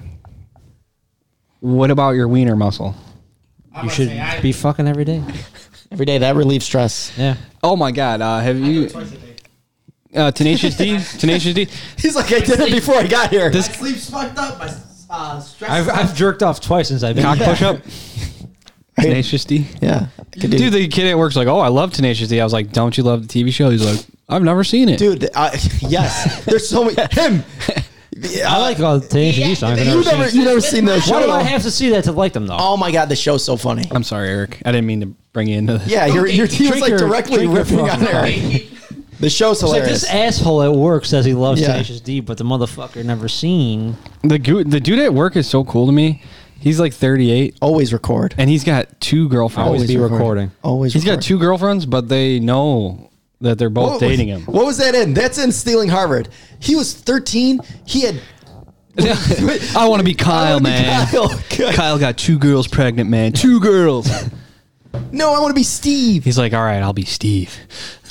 S2: what about your wiener muscle?
S4: I'm
S1: You
S4: gonna
S1: should
S4: say I-
S1: be fucking every day.
S3: every day that relieves stress.
S1: Yeah.
S2: Oh my God! Uh, have
S4: I do
S2: you
S4: it twice a day.
S2: uh, tenacious D? Tenacious D.
S3: He's like, I did it before I got here.
S4: My sleep's fucked up. My uh, stress.
S1: I've, I've jerked off twice since I've been
S2: Cock
S1: here.
S2: push up. Tenacious D.
S3: yeah, I could do-
S2: Dude, the kid at work's like, "Oh, I love Tenacious D." I was like, "Don't you love the TV show?" He's like, "I've never seen it."
S3: dude. I, yes, there's so many him.
S1: I like all the Tenacious D songs. I've
S3: You
S1: never
S3: never,
S1: seen.
S3: you never seen the show.
S1: Why do I have to see that to like them though?
S3: oh my god, the show's so funny.
S2: I'm sorry, Eric. I didn't mean to bring you into this.
S3: Yeah, your your team's
S1: Drink
S3: like
S1: your-
S3: directly
S1: drink your
S3: ripping on
S1: fucking
S3: there. The show's
S1: It's like
S3: hilarious.
S1: this asshole at work says he loves
S3: Yeah.
S1: Tenacious D, but the motherfucker never seen.
S2: The gu- the dude at work is so cool to me. He's like 38,
S3: Always record.
S2: and he's got two girlfriends.
S1: Always be recording.
S3: Always.
S2: He's got
S3: record.
S2: two girlfriends, but they know that they're both dating him.
S3: What was that in? That's in Stealing Harvard. He was 13. He had.
S2: I want to be Kyle,
S3: wanna be
S2: man.
S3: Kyle.
S2: Kyle. got two girls pregnant, man. Two girls.
S3: No, I want to be Steve.
S2: He's like, all right, I'll be Steve.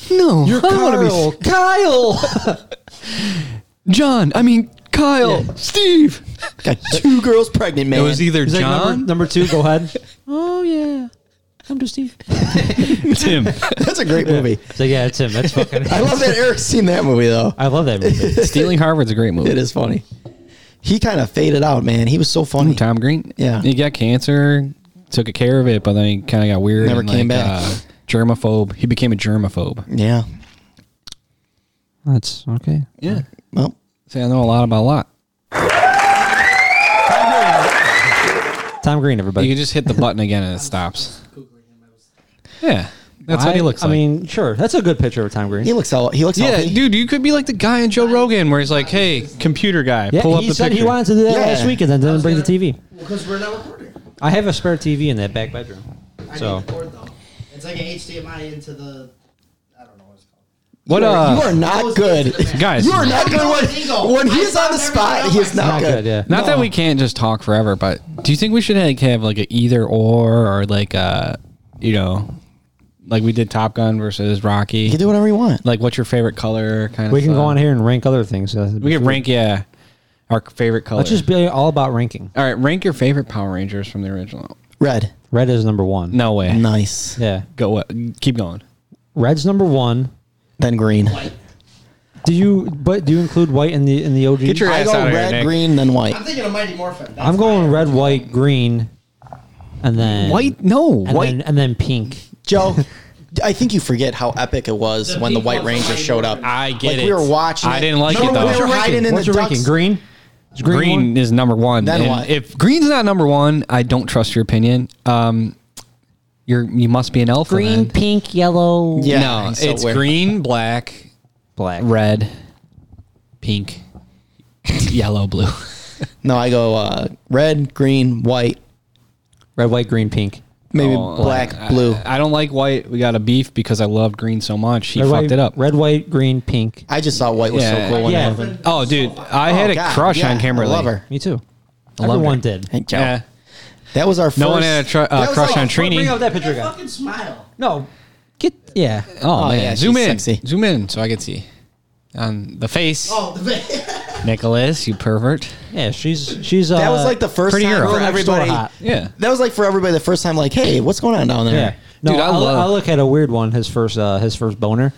S2: No,
S1: You're
S2: I wanna be
S1: Kyle. Kyle.
S2: John. I mean Kyle. Steve.
S3: Got two girls pregnant, man.
S2: It was either
S1: He's like,
S2: John,
S1: number, number two, go ahead. oh, yeah. I'm just Steve.
S2: Tim.
S3: That's a great movie.
S1: It's like, yeah, it's him. That's fucking.
S3: I love that Eric's seen that movie though.
S1: I love that movie.
S2: Stealing Harvard's a great movie.
S3: It is funny. He kind of faded out, man. He was so funny.
S2: Tom Green.
S3: Yeah.
S2: He got cancer, took care of it, but then he kind of got weird.
S3: Never
S2: and, uh,
S3: came back.
S2: germaphobe. He became a germaphobe.
S3: Yeah.
S1: That's okay.
S2: Yeah.
S3: Well,
S2: See, I know a lot about a lot.
S1: Tom Green,
S2: You
S1: everybody.
S2: can just hit the button again and it stops. Yeah. That's
S1: I,
S2: what he looks like.
S1: I mean, sure. That's a good picture of Tom Green.
S3: he looks all he looks
S2: yeah,
S3: healthy.
S2: dude, you could be like the guy in Joe Rogan where he's like, hey, computer guy,
S1: Yeah,
S2: pull up
S1: he
S2: the
S1: said
S2: picture.
S1: he wanted to do that
S3: Yeah.
S1: last week and then didn't bring the TV.
S4: Because we're not recording.
S1: I have a spare TV in that back bedroom.
S4: I
S1: So.
S4: need the cord though. It's like an HDMI into the. I don't know what it's called.
S2: what,
S3: You are-
S2: uh,
S3: you are not good.
S2: guys,
S3: You are
S2: not,
S3: not good when, when he's on the spot. He is not,
S1: Not good, yeah.
S2: that we can't just talk forever, but do you think we should like have like a either or or like a, you know, like we did Top Gun versus Rocky?
S3: You can do whatever you want.
S2: like what's your favorite color kind of
S1: We can go
S2: stuff.
S1: on here and rank other things. Uh,
S2: we can rank yeah our favorite color
S1: Let's just be all about ranking.
S2: all right rank your favorite power rangers from the original
S3: Red.
S1: Red is number one.
S2: no way
S3: Nice.
S1: Yeah.
S2: go keep going
S1: Red's number one.
S3: Then green.
S1: Do you but do you include white in the in the OG?
S2: Get your
S3: I
S2: ass
S3: go
S2: out of here,
S3: red,
S2: Nick.
S3: green, then white.
S4: I'm thinking of Mighty Morphin. That's
S1: I'm going
S4: mine.
S1: red, white, green, and then
S2: white no
S1: and
S2: white
S1: then, and then pink.
S3: Joe, I think you forget how epic it was
S4: The
S3: when the
S4: pink
S3: White
S4: one's
S3: Ranger
S4: mine.
S3: showed up.
S2: i get
S3: like
S2: it
S3: we were watching
S2: i
S3: it.
S2: didn't like it
S3: Remember when
S2: though
S3: we were hiding in
S1: What's
S3: the
S1: your ranking?
S3: ducks?
S1: Green. Is green,
S2: green
S1: one?
S2: is number one
S3: Then
S2: and
S3: what?
S2: if green's not number one i don't trust your opinion um you're you must be an elf
S1: green,
S2: then.
S1: pink, yellow,
S3: Yeah,
S2: no
S3: so
S2: it's
S3: weird.
S2: green black
S1: black.
S2: red pink yellow blue
S3: No, I go uh, red, green, white,
S1: Red, white, green, pink.
S3: maybe
S2: Oh,
S3: black,
S2: I-
S3: blue.
S2: I, don't like white. We got a beef because I loved green so much. He
S1: red,
S2: fucked
S1: white,
S2: it up.
S1: Red, white, green, pink.
S3: I just thought white was
S2: Yeah.
S3: so cool. When
S1: Yeah.
S3: yeah.
S2: Oh, dude, I had a
S3: God,
S2: crush
S3: yeah,
S2: on Kimberly.
S3: I love her.
S1: Me too.
S2: loved
S1: Everyone
S2: her.
S1: did.
S3: Hey, Joe.
S2: Yeah.
S3: That was our first.
S2: No one had a tr-
S3: That
S2: uh,
S3: was
S2: crush
S3: like-
S2: on Trini.
S1: Bring out that picture
S4: That
S1: again.
S4: fucking smile.
S1: No, get yeah.
S2: Oh,
S3: Oh,
S2: man,
S3: yeah, she's
S2: zoom in,
S3: sexy.
S2: zoom in, so I can see on the face.
S4: Oh, the man.
S2: Nicholas, you pervert.
S1: Yeah, she's she's. Uh,
S3: That was like the first
S1: pretty
S3: time
S1: girl
S3: for
S1: next door
S3: everybody.
S1: hot.
S2: Yeah,
S3: That was like for everybody the first time. Like, hey, what's going on down there?
S1: Yeah. No,
S2: Dude, I
S1: I, look-
S2: love-
S1: I look at a weird one. His first, uh, his first boner.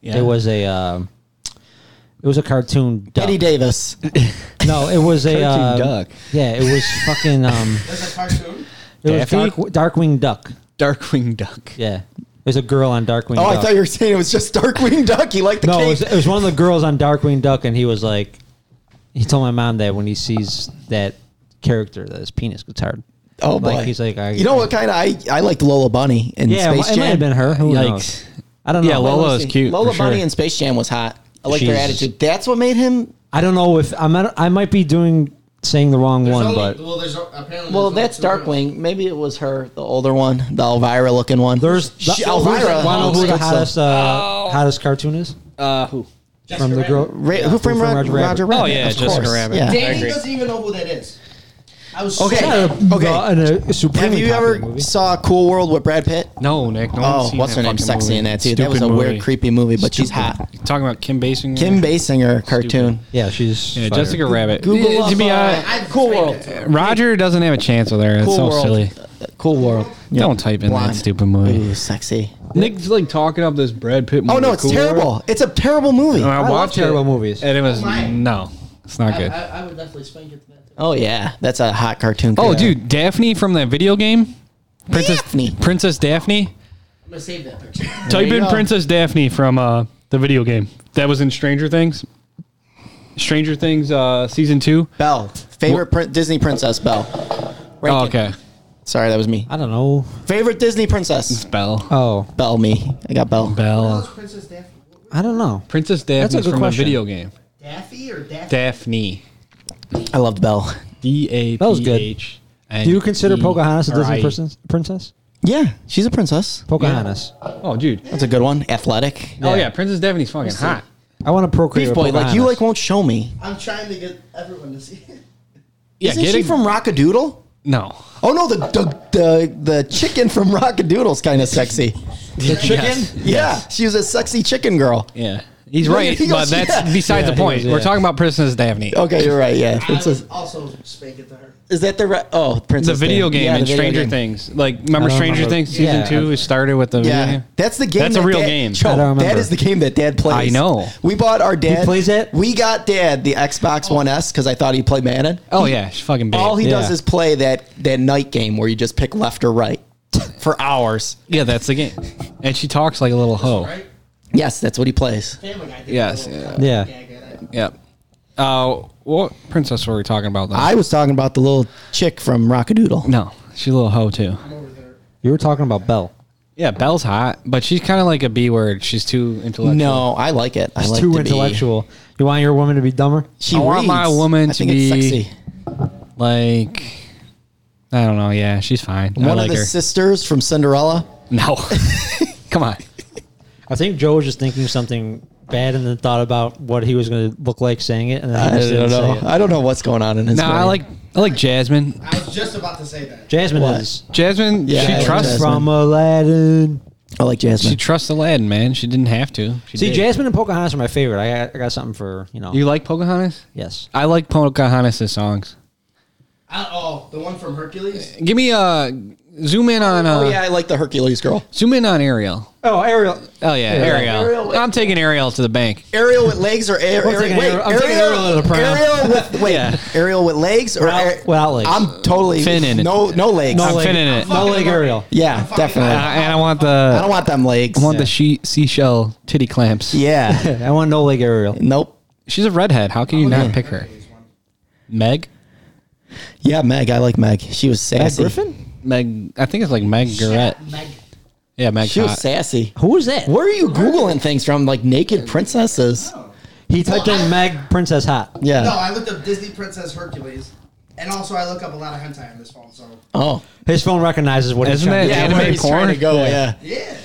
S2: Yeah.
S1: It was a, um, it was a cartoon. Duck.
S3: Betty Davis.
S1: No, it was a
S2: Cartoon
S1: um,
S2: duck.
S1: Yeah, it was fucking. Um,
S4: That's a cartoon.
S1: it was
S2: Daffy?
S1: dark, Darkwing Duck.
S2: Darkwing Duck.
S1: Yeah, it was a girl on Darkwing.
S3: Oh,
S1: Duck.
S3: I thought you were saying it was just Darkwing Duck. He liked the
S1: no, it
S3: cake.
S1: was, it was one of the girls on Darkwing Duck, and he was like, he told my mom that when he sees that character, that his penis gets hard.
S3: oh boy.
S1: like, he's like, I-
S3: you know what kind of I I liked Lola Bunny in
S1: Yeah,
S3: Space
S1: it
S3: Jam.
S1: might have been her. Who
S2: Yikes.
S1: knows? I don't know.
S2: Yeah, Lola
S3: Let's
S2: is
S3: see.
S2: cute,
S3: Lola
S2: for
S3: Bunny
S2: sure.
S3: in Space Jam was hot. I liked her
S1: She's-
S3: attitude. That's what made him.
S1: I don't know if I'm. Not, I might be doing saying the wrong
S4: There's
S1: one,
S4: only-
S1: but
S4: well, there's apparently
S3: Well,
S4: there's
S3: that's
S4: only two women.
S3: Darkwing. Maybe it was her, the older one, the Elvira looking one.
S1: There's the,
S3: She- Elvira.
S1: Wanna know who the
S3: Elsa.
S1: hottest uh, hottest cartoon is
S2: Uh, who?
S4: Jessica
S1: from the
S4: Rabbit.
S1: girl?
S3: Ra- who framed Roger, Roger Rabbit?
S2: Oh, yeah,
S3: of
S2: Jessica
S3: course.
S2: Rabbit.
S3: Yeah.
S2: I
S4: Danny
S2: agree.
S4: doesn't even know who that is. I was
S3: Okay.
S4: so-
S1: Yeah,
S3: Okay.
S1: uh, and a
S3: Have
S1: supremely
S3: you
S1: popular
S3: ever
S1: movie.
S3: saw Cool World with Brad Pitt?
S2: No, Nick. No
S3: Oh, what's her name? Sexy in that too. that was a weird, creepy movie, but she's hot.
S2: Talking about Kim Basinger.
S3: Kim Basinger cartoon.
S1: Yeah, she's
S2: Yeah,
S1: fire.
S2: Jessica Rabbit.
S3: Google
S2: Yeah,
S3: up,
S2: to be
S3: uh,
S2: honest,
S4: I've
S3: Cool
S4: explained
S3: World.
S4: it to him.
S2: Roger doesn't have a chance with her. It's
S3: Cool
S2: so
S3: World.
S2: silly.
S3: Cool World.
S2: Don't type in
S3: Blonde.
S2: that stupid movie.
S3: Ooh, sexy.
S2: Nick's like talking up this Brad Pitt. Movie
S3: Oh no, it's terrible. It's a terrible movie.
S2: I,
S1: love
S2: watched
S1: terrible
S2: it,
S1: movies.
S2: and it was
S4: my.
S2: no, it's not
S4: I,
S2: good.
S4: I, I would definitely spank it to that.
S3: Oh yeah, that's a hot cartoon.
S2: oh,
S3: Yeah.
S2: dude, Daphne from that video game, Princess
S3: Daphne.
S2: Princess Daphne.
S4: I'm gonna save that picture.
S2: Type
S3: you
S2: in
S3: go.
S2: Princess Daphne from uh, the video game that was in Stranger Things. Stranger Things uh, season two.
S3: Belle, favorite prin- Disney princess. Belle. Rankin.
S2: Oh, okay,
S3: Sorry, that was me.
S1: I don't know.
S3: Favorite Disney princess.
S2: Belle.
S1: Oh,
S3: Belle, me. I got Belle.
S4: That was
S2: Belle.
S4: Princess Daffy. What- what-
S1: I don't know.
S2: Princess
S1: That's a
S2: Daphne's
S1: good
S2: from
S1: question.
S2: a video game.
S4: Daffy or Daffy?
S2: Daphne.
S3: I loved Belle.
S2: D A
S1: was
S2: P
S1: good.
S2: H. E.
S1: Do you consider Pocahontas a Disney princess? Princess?
S3: Yeah, she's a princess.
S1: Pocahontas.
S2: Oh, dude.
S3: That's a good one. Athletic.
S2: Oh yeah, Princess Daphne's fucking hot.
S1: I want to procreate.
S3: Beef
S1: with
S3: boy, like you
S1: Pocahontas.
S3: like won't show me.
S4: I'm trying to get everyone to see. it.
S2: Yeah,
S3: Isn't
S2: get
S3: she
S2: it-
S3: from Rockadoodle?
S2: No.
S3: Oh no, the the the, the chicken from Rockadoodle's kind of sexy.
S2: The chicken?
S3: Yeah, she was a sexy chicken girl.
S2: Yeah. He's
S3: Yeah,
S2: right,
S3: he
S2: but
S3: goes,
S2: that's
S3: yeah.
S2: beside
S1: Yeah,
S2: the
S1: he
S2: point.
S1: goes,
S2: We're
S1: yeah.
S2: talking about Princess Daphne.
S3: Okay, you're right. Yeah,
S4: I
S3: princess.
S4: would also spank it to her.
S3: Is that the re- oh
S2: The
S3: princess?
S2: video
S3: Diana.
S2: game
S3: Yeah, the
S2: and
S3: video
S2: Stranger
S3: game.
S2: Things. Like, remember
S1: I don't
S2: Stranger
S1: remember.
S2: Things season
S1: Yeah.
S2: two? It started with the video
S3: Yeah,
S2: game.
S3: that's the game.
S2: That's a
S3: that
S2: real
S3: Dad-
S2: game.
S3: Joe,
S1: I don't
S3: that
S1: remember.
S3: is the game that Dad plays.
S2: I know.
S3: We bought our dad.
S1: plays that?
S3: We got Dad the Xbox One S because I thought he played Madden.
S2: Oh yeah, she's fucking big.
S3: All he
S1: Yeah.
S3: does is play that that night game where you just pick left or right for hours.
S2: yeah, that's the game. And she talks like a little hoe.
S4: Right?
S3: Yes, that's what he plays.
S4: Family Guy. did that
S2: Oh. Yes,
S4: little
S2: yeah.
S4: tongue
S1: Yeah.
S4: gag at it.
S2: Yep. Uh, what princess were we talking about? Then?
S3: I was talking about the little chick from Rockadoodle.
S2: no, she's a little hoe too.
S4: I'm over there.
S1: You were talking about Belle.
S2: Yeah, Belle's hot, but she's kind of like a B word. She's too intellectual.
S3: No, I like it. I
S1: It's
S3: like
S1: too
S3: to be-
S1: intellectual. You want your woman to be dumber?
S3: She
S2: I want my
S3: reads.
S2: woman
S3: I
S2: to
S3: think
S2: be-
S3: it's sexy.
S2: like I don't know. Yeah, she's fine. I
S3: One
S2: like
S3: of the
S2: her.
S3: sisters from Cinderella.
S2: no, come on.
S1: I think Joe was just thinking something bad and then thought about what he was going to look like saying it, and then he
S3: I
S1: just
S3: don't
S1: didn't
S3: know.
S1: say it.
S3: I don't know what's going on in his.
S2: No, I
S3: brain.
S2: like I like Jasmine.
S4: I was just about to say that.
S1: Jasmine
S3: What?
S1: is
S2: Jasmine,
S3: Yeah, I
S2: she
S3: like
S2: trusts.
S3: Jasmine.
S1: from Aladdin.
S3: I like Jasmine.
S2: She trusts Aladdin, man. She didn't have to. She
S1: See,
S2: did.
S1: Jasmine and Pocahontas are my favorite. I got, I got something for you know.
S2: you like Pocahontas?
S1: yes,
S2: I like Pocahontas' songs.
S4: I, oh, the one from Hercules.
S2: Give me uh, zoom in on uh,
S3: oh yeah, I like the Hercules girl.
S2: zoom in on Ariel.
S1: Oh, Ariel.
S2: Oh yeah, Ariel.
S3: Ariel.
S2: I'm taking Ariel to the bank.
S3: Ariel with legs or Ariel?
S1: I'm taking
S3: wait,
S1: Ariel- I'm taking Ariel to the prom.
S3: Ariel with wait,
S2: Yeah.
S3: Ariel with legs or
S1: Without-
S3: Ari-
S1: without legs.
S3: I'm totally
S2: Fin in it.
S3: no no legs.
S1: No
S2: I'm
S1: leg,
S2: finning it.
S1: No leg Ariel.
S3: Yeah,
S4: fucking-
S3: definitely.
S2: Uh, and I want the
S3: I don't want them legs.
S2: I want the she- seashell titty clamps.
S3: yeah.
S1: I want no leg Ariel.
S3: nope.
S2: She's a redhead. How
S3: Oh,
S2: can you not pick her?
S4: Hercules one.
S2: Meg?
S3: Yeah, Meg. I like Meg. She was sassy.
S2: Meg, I think it's like Meg Garrett.
S4: Meg.
S2: Yeah, Meg.
S3: She was
S2: Cott.
S3: sassy.
S1: Who is that?
S3: Where are you googling things from? Like naked princesses?
S1: He typed in Meg Princess Hot.
S3: Yeah.
S4: No, I looked up Disney Princess Hercules, and also I look up a lot of hentai on this phone. So
S3: Oh,
S1: His phone recognizes what he's
S2: Isn't
S1: trying
S2: it-
S1: to
S2: Yeah,
S1: do.
S2: anime
S3: where he's
S2: porn?
S3: trying to go. Yeah.
S4: yeah,
S2: Mm-hmm.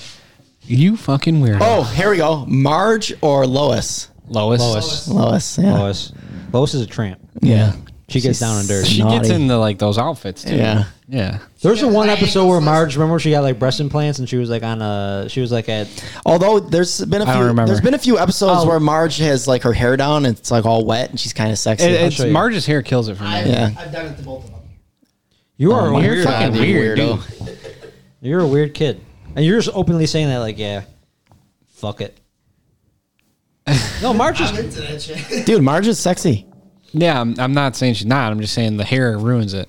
S2: You fucking weirdo.
S3: Oh, here we go. Marge or Lois?
S2: Lois.
S1: Lois.
S3: Lois. Yeah.
S1: Lois. Lois is a tramp.
S3: Yeah.
S1: She gets down and dirty.
S2: She gets
S3: Naughty.
S2: into like those outfits too.
S3: Yeah.
S2: Yeah.
S1: There's a
S5: Yeah,
S1: one
S5: I
S1: episode where
S5: just-
S1: Marge, remember when she got like breast implants and she was like on a, she was like at,
S3: Although there's been a
S2: I don't
S3: few,
S2: remember.
S3: there's been a few episodes
S1: Oh.
S3: where Marge has like her hair down and it's like all wet and she's kind of sexy.
S2: It,
S3: I'll
S2: it's
S3: show you.
S2: Marge's hair kills it for me.
S4: I've,
S3: Yeah.
S4: I've done it to both of them.
S1: you are a
S2: you're
S1: weird,
S2: fucking
S3: Goddamn
S2: weird,
S3: weirdo.
S1: you're a weird kid. And you're just openly saying that like, yeah, fuck it. No, Marge is,
S4: I'm into that shit.
S3: dude. Marge is sexy.
S2: Yeah, I'm, I'm not saying she's not. I'm just saying the hair ruins it.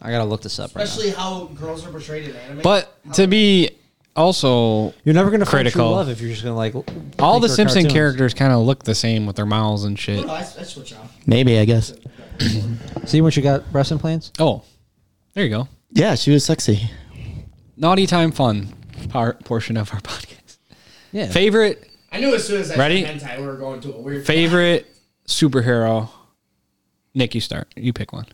S1: I gotta look this up right now.
S4: Especially how girls are portrayed in anime.
S2: But to be also,
S1: You're never gonna find true
S2: Critical.
S1: love if you're just gonna like,
S2: all
S1: think
S2: the
S1: they're
S2: Simpson
S1: cartoons.
S2: characters kind of look the same with their mouths and shit.
S4: No, Oh, I, I switch off.
S3: Maybe I guess.
S1: See when she got breast implants?
S2: Oh, there you go.
S3: Yeah, she was sexy.
S2: Naughty time fun part portion of our podcast.
S1: Yeah.
S2: Favorite
S4: I knew as soon as I
S2: Ready?
S4: said hentai, we were going to a weird.
S2: favorite superhero. Nick, you start. You pick one.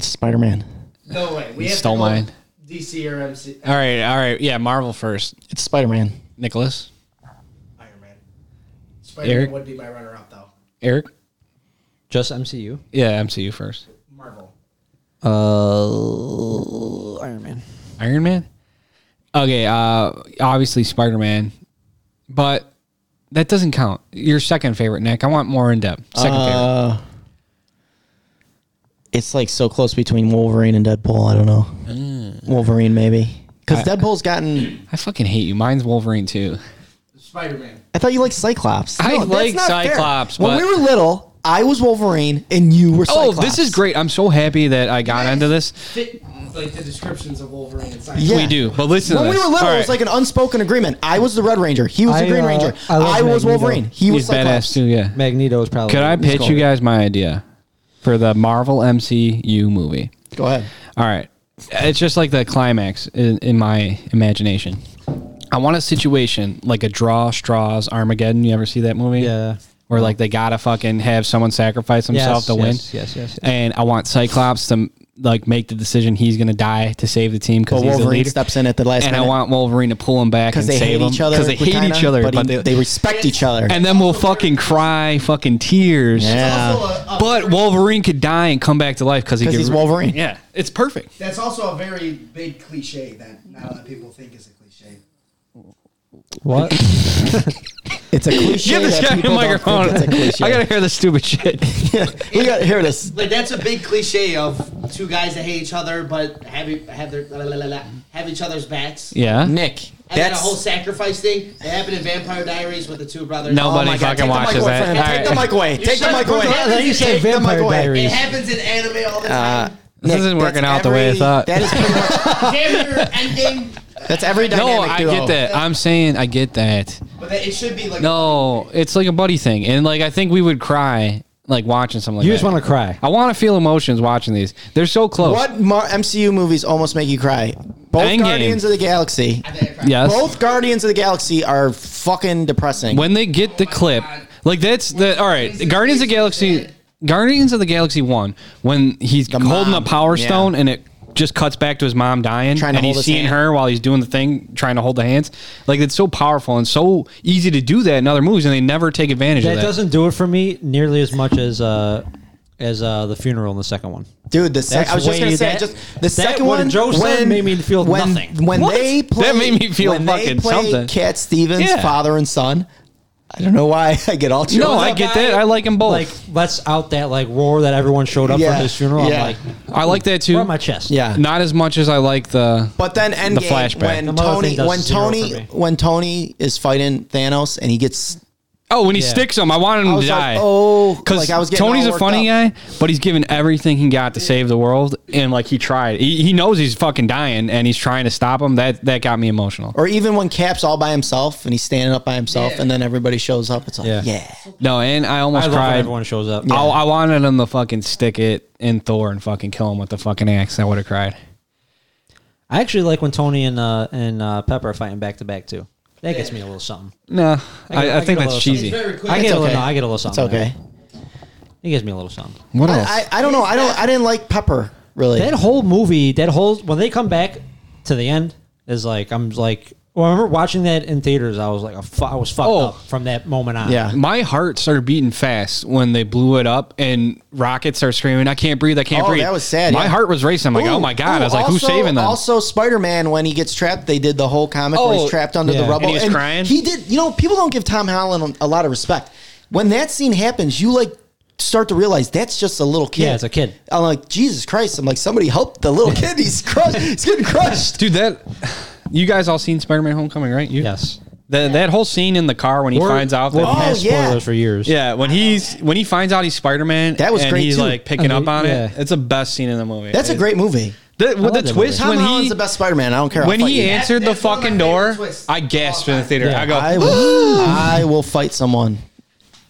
S3: Spider Man.
S4: No way. We have
S2: Stole
S4: to go
S2: mine.
S4: DC or MC.
S2: All right, all right. Yeah, Marvel first.
S3: It's Spider Man.
S2: Nicholas,
S4: Iron Man. Spider
S2: Eric?
S4: Man would be my runner up though.
S2: Eric.
S1: Just MCU.
S2: Yeah, MCU first.
S4: Marvel.
S1: Uh, Iron Man.
S2: Iron Man. Okay, uh obviously Spider Man, but that doesn't count. Your second favorite, Nick. I want more in depth. Second favorite.
S3: Uh, it's like so close between Wolverine and Deadpool. I don't know. Wolverine maybe because Deadpool's gotten.
S2: I fucking hate you. Mine's Wolverine too.
S4: Spider Man.
S3: I thought you liked Cyclops.
S2: I
S3: that's
S2: like
S3: not fair.
S2: Cyclops,
S3: When
S2: but-
S3: we were little, I was Wolverine and you were. Cyclops.
S2: Oh, this is great. I'm so happy that I got into this.
S4: Fit like the descriptions of Wolverine and Cyclops.
S3: Yeah.
S2: We do, but listen.
S3: When
S2: to
S3: we
S2: this.
S3: were little,
S2: All
S3: it
S2: right.
S3: was like an unspoken agreement. I was the Red Ranger. He was
S1: I,
S3: the Green
S1: uh,
S3: Ranger.
S1: I
S3: I,
S1: love
S3: was
S1: Magneto.
S3: Wolverine. He was
S2: he's
S3: Cyclops.
S2: badass too. Yeah.
S1: Magneto is probably.
S2: Could I pitch you guys my idea for the Marvel MCU movie?
S3: Go ahead.
S2: All right. It's just like the climax in, in my imagination. I want a situation like a draw straws Armageddon. You ever see that movie?
S1: Yeah.
S2: Where like they gotta fucking have someone sacrifice himself
S1: Yes,
S2: to win.
S1: yes, yes, yes, yes.
S2: And I want Cyclops to like make the decision he's gonna die to save the team because
S3: But
S2: he's the
S3: Wolverine
S2: leader.
S3: steps in at the last
S2: and I
S3: minute.
S2: want Wolverine to pull him back
S3: because
S2: and
S3: they
S2: save
S3: hate
S2: him
S3: each other.
S2: because they hate
S3: kinda,
S2: each other.
S3: but, he-
S2: they,
S3: they respect each other.
S2: and then we'll fucking cry fucking tears.
S3: yeah,
S4: Also a- a
S2: But
S4: very-
S2: Wolverine could die and come back to life because he
S3: 'Cause
S2: could
S3: he's
S2: re-
S3: Wolverine.
S2: Yeah, it's perfect.
S4: That's also a very big cliche that not a lot of people think is a cliche.
S1: What?
S3: it's a cliche.
S2: Give this
S3: that
S2: guy a
S3: people don't think
S2: microphone.
S3: It's a cliche.
S2: I gotta hear the stupid shit.
S3: we gotta hear this.
S5: Like that's a big cliche of two guys that hate each other but have e- have their la, la, la, la, have each other's backs.
S2: yeah.
S3: Nick,
S5: And then a
S3: that's
S5: whole sacrifice thing. It happened in Vampire Diaries with the two brothers.
S2: Nobody
S3: Oh my
S2: fucking
S3: God, take the mic
S2: watches
S3: away
S2: that.
S3: from him. Take the
S2: All right.
S3: mic away.
S5: You
S3: Take the
S5: said-
S3: mic away.
S5: I thought you said
S3: Take the mic
S1: Vampire
S3: away.
S1: Diaries.
S5: It happens in anime all the
S3: Uh,
S5: time.
S2: This
S3: Nick,
S2: isn't working
S3: that's
S2: out the way I
S3: every-
S2: thought.
S3: That is pretty much,
S5: Damn your endgame.
S3: that's every
S2: No,
S3: dynamic
S2: I
S3: duo.
S2: get that. I'm saying I get that.
S5: But that, it should be like
S2: No, it's like a buddy thing, and like I think we would cry like watching something. Like
S1: You just
S2: that.
S1: wanna cry.
S2: I want to feel emotions watching these. They're so close.
S3: What Mar- MCU movies almost make you cry? Both
S2: Endgame.
S3: Guardians of the Galaxy.
S2: Yes.
S3: Both Guardians of the Galaxy are fucking depressing.
S2: when they get the clip,
S5: God.
S2: like that's the all right.
S5: When
S2: Guardians of the
S5: Jason
S2: Galaxy,
S5: said-
S2: Guardians of the Galaxy one, when he's holding
S3: mom,
S2: a power
S3: yeah.
S2: stone and it just cuts back to his mom dying,
S3: Trying to
S2: and
S3: hold
S2: he's
S3: his
S2: seeing
S3: hand.
S2: her while he's doing the thing, trying to hold the hands. Like it's so powerful and so easy to do that in other movies, and they never take advantage
S1: that
S2: of that.
S1: doesn't do it for me nearly as much as uh as uh the funeral in the second one.
S3: Dude, the second
S1: That's
S3: I was just
S1: way-
S3: gonna say,
S1: that-
S3: just the
S1: that
S3: second
S1: what
S3: one.
S1: Joe said
S3: when,
S1: made me feel
S3: when,
S1: nothing.
S3: When they play,
S2: That made me feel
S3: when they
S2: fucking
S3: play
S2: something.
S3: Cat Stevens,
S2: Yeah.
S3: father and son. I don't know why I get all
S2: no,
S3: choked
S2: I
S3: up.
S2: get that. I like them both.
S1: Like, let's out that like roar that everyone showed up
S3: Oh. Yeah,
S1: for his funeral.
S3: yeah.
S1: I'm like,
S2: I like that too.
S1: we're on my chest.
S3: Yeah.
S2: Not as much as I like the.
S3: But then Endgame,
S2: flashback.
S3: when
S1: The mother
S3: Tony,
S1: thing does
S3: when
S1: zero
S3: Tony,
S1: for me.
S3: when Tony is fighting Thanos and he gets
S2: Oh, when he
S1: Yeah.
S2: sticks him, I wanted him
S3: I
S2: to
S3: was like,
S2: die.
S3: oh,
S2: because
S3: like, I was getting
S2: Tony's a
S3: all worked
S2: funny
S3: up.
S2: guy, but he's given everything he got to save the world, and like he tried. He, he knows he's fucking dying, and he's trying to stop him. That that got me emotional.
S3: or even when Cap's all by himself and he's standing up by himself,
S5: Yeah.
S3: and then everybody shows up. It's like,
S1: Yeah.
S3: yeah,
S2: No, and I
S1: I
S2: almost
S1: love when
S2: cried.
S1: everyone shows up.
S2: I, I wanted him to fucking stick it in Thor and fucking kill him with the fucking axe. I would have cried.
S1: I actually like when Tony and uh and uh Pepper are fighting back to back too. That gets me a little something.
S2: No,
S1: get-
S2: I, I,
S1: I get
S2: think
S1: a
S2: that's
S1: little
S2: cheesy.
S5: it's very quick.
S1: I get a
S3: okay.
S1: little, no, I get a little
S3: it's
S1: something.
S3: okay.
S1: It gives me a little something.
S2: What else?
S3: I, I, I don't know. I don't. I didn't like Pepper really.
S1: That whole movie, that whole when they come back to the end is like I'm like Well, I remember watching that in theaters. I was like, a fu- I was fucked
S2: Oh.
S1: up from that moment on.
S3: Yeah.
S2: My heart started beating fast when they blew it up and rockets are screaming, I can't breathe, I can't
S3: Oh,
S2: breathe.
S3: that was sad,
S2: My
S3: yeah.
S2: heart was racing. I'm like, oh
S3: Ooh,
S2: my God. I
S3: ooh,
S2: was like, who's
S3: also-
S2: saving them?
S3: Also, Spider Man, when he gets trapped, they did the whole comic where
S2: Oh,
S3: he's trapped under
S1: yeah.
S3: the rubble.
S2: And he was crying?
S3: He did, you know, people don't give Tom Holland a lot of respect. When that scene happens, you like start to realize that's just a little kid.
S1: Yeah, it's a kid.
S3: I'm like, Jesus Christ. I'm like, somebody help the little kid. He's crushed. He's getting crushed.
S2: Dude, that. You guys all seen Spider Man Homecoming, right? You?
S1: Yes.
S2: That, that whole scene in the car when he
S1: We're-
S2: finds out
S1: we're
S2: that.
S3: Oh,
S1: past
S3: yeah.
S1: spoilers for years.
S2: Yeah, when he's when he finds out he's Spider Man,
S3: That was
S2: and
S3: great,
S2: He's
S3: too.
S2: like picking
S1: I
S2: up
S1: mean,
S2: on
S1: yeah.
S2: it. It's the best scene in the movie.
S3: That's a
S2: It-
S3: great movie.
S2: The, with the
S1: love that
S2: twist
S1: movie.
S3: Tom
S2: when
S3: Holland's
S2: he
S3: the best Spider Man. I don't care. I'll
S2: when
S3: fight
S2: he
S3: you.
S2: answered
S5: That's-
S2: the
S5: that's one of
S2: fucking
S5: my favorite
S2: door,
S5: twists
S2: I
S5: of
S2: gasped
S5: all
S2: in the
S5: time.
S2: theater.
S1: Yeah.
S2: I go,
S3: I will, I will fight someone.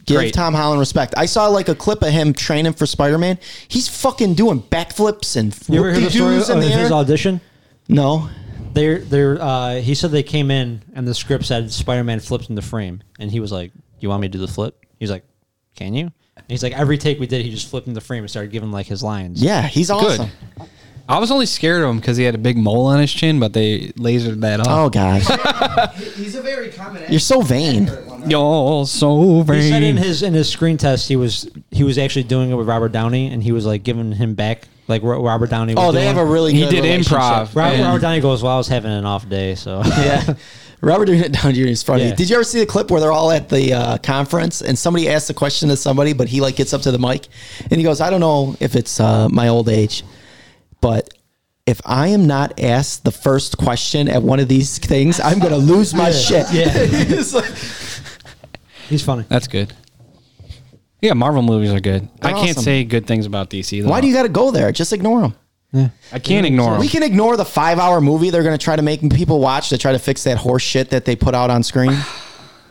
S3: Give
S2: Great.
S3: Tom Holland respect. I saw like a clip of him training for Spider Man. He's fucking doing backflips and
S1: You ever hear the story Oh,
S3: whoop-de-doos in
S1: of
S3: the
S1: his
S3: air.
S1: audition?
S3: No.
S1: They're, they're, uh, he said they came in and the script said Spider Man flips into frame. And he was like, Do you want me to do the flip? He's like, Can you? And he's like, Every take we did, he just flipped into frame and started giving like his lines.
S3: Yeah, he's awesome.
S2: I was only scared of him because he had a big mole on his chin, but they lasered that
S3: Oh
S2: off.
S3: gosh,
S5: He's a very common.
S3: you're so vain.
S2: Y'all so
S1: He said in
S2: vain.
S1: his in his screen test he was he was actually doing it with Robert Downey and he was like giving him back like Ro- Robert Downey. Was
S3: Oh, they
S1: doing.
S3: have a really
S2: He
S3: good
S2: did
S3: relationship.
S2: improv.
S1: Robert,
S2: and-
S1: Robert Downey goes. Well, I was having an off day, so
S3: Yeah. Robert Downey Jr. is funny.
S1: Yeah.
S3: Did you ever see the clip where they're all at the uh, conference and somebody asks a question to somebody, but he like gets up to the mic and he goes, "I don't know if it's uh, my old age, but if I am not asked the first question at one of these things, I'm gonna lose my shit." It's like-
S1: he's funny.
S2: That's good. Yeah, Marvel movies are good. I
S3: They're
S2: can't
S3: awesome.
S2: say good things about DC. Though.
S3: why do you got to go there? Just ignore them.
S2: I can't ignore
S3: We
S2: them.
S3: can ignore the five-hour movie they're going to try to make people watch to try to fix that horse shit that they put out on screen.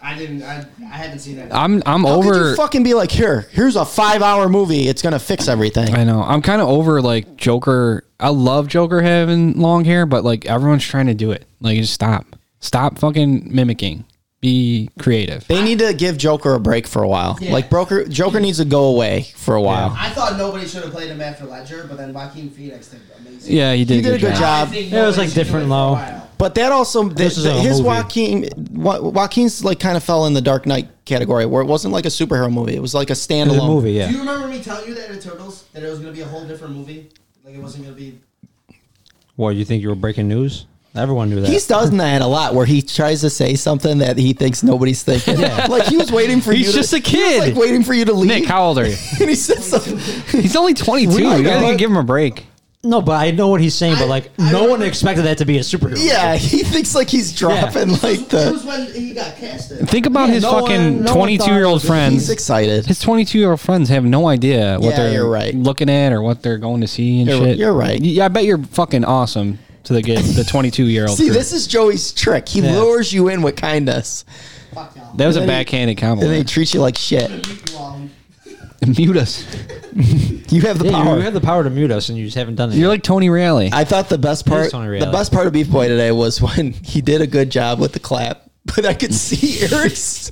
S5: I didn't. I, I haven't seen that.
S2: I'm I'm
S3: How could
S2: over.
S3: you fucking be like, here, here's a five hour movie. It's gonna fix everything.
S2: I know. I'm kind of over like Joker. I love Joker having long hair, but like everyone's trying to do it. Like just stop. Stop fucking mimicking. Be creative.
S3: They need to give Joker a break for a while.
S5: Yeah.
S3: Like Broker Joker needs to go away for a while.
S5: I thought nobody should have played him after Ledger, but then Joaquin Phoenix did amazing.
S2: Yeah, he did,
S3: He did a good job.
S5: I think
S1: It was,
S5: nobody
S1: like,
S5: should do
S1: different
S5: it for a
S1: low.
S5: while.
S3: But that also
S1: This is
S3: the-
S1: a
S3: his
S1: movie.
S3: Joaquin Wa- Joaquin's like kind of fell in the Dark Knight category where it wasn't like a superhero movie. It was like a
S1: In the
S3: standalone
S5: Do
S1: movie,
S5: you
S1: yeah.
S5: remember me telling you that at Turtles that it was going to be a whole different movie? Like it wasn't going to be.
S1: What you think you were breaking news? Everyone knew that.
S3: He's done that a lot where he tries to say something that he thinks nobody's thinking. Like he was waiting for you
S2: He's
S3: to-
S2: just a
S3: he was,
S2: kid.
S3: like waiting for you to leave.
S2: Nick, how old are you?
S3: and he said something.
S2: He's only 22.
S1: We
S2: You guys
S1: know.
S2: can give him a break.
S1: no, but I know what he's saying. But
S5: I-
S1: like,
S5: I
S1: no
S5: don't-
S1: one expected that to be a superhero.
S3: Yeah, he thinks like he's dropping like
S5: It
S3: the
S5: was when he got casted.
S2: Think about
S1: Yeah,
S2: his
S1: no one-
S2: fucking
S1: no one
S2: 22 year
S1: thought it
S2: old
S1: was-
S2: friends.
S3: he's excited.
S2: his 22 year old friends have no idea what
S3: Yeah,
S2: they're
S3: you're right.
S2: looking at or what they're going to see and
S3: You're-
S2: shit.
S3: you're right.
S2: Yeah, I bet you're fucking awesome to the kid, the 22 year old.
S3: See, this is Joey's trick. He
S1: Yeah.
S3: lures you in with kindness,
S5: Fuck y'all.
S2: that was a
S3: and then he-
S2: backhanded
S3: and they
S2: compliment.
S3: treat you like shit.
S5: You all-
S2: Mute us.
S3: You have the
S1: Yeah,
S3: power.
S1: you have the power to mute us, and you just haven't done it.
S2: You're
S1: yet.
S2: like Tony Reilly.
S3: I thought the best part,
S1: Based on
S3: the
S1: reality.
S3: best part of Beef Boy today was when he did a good job with the clap, but I could see Eric's.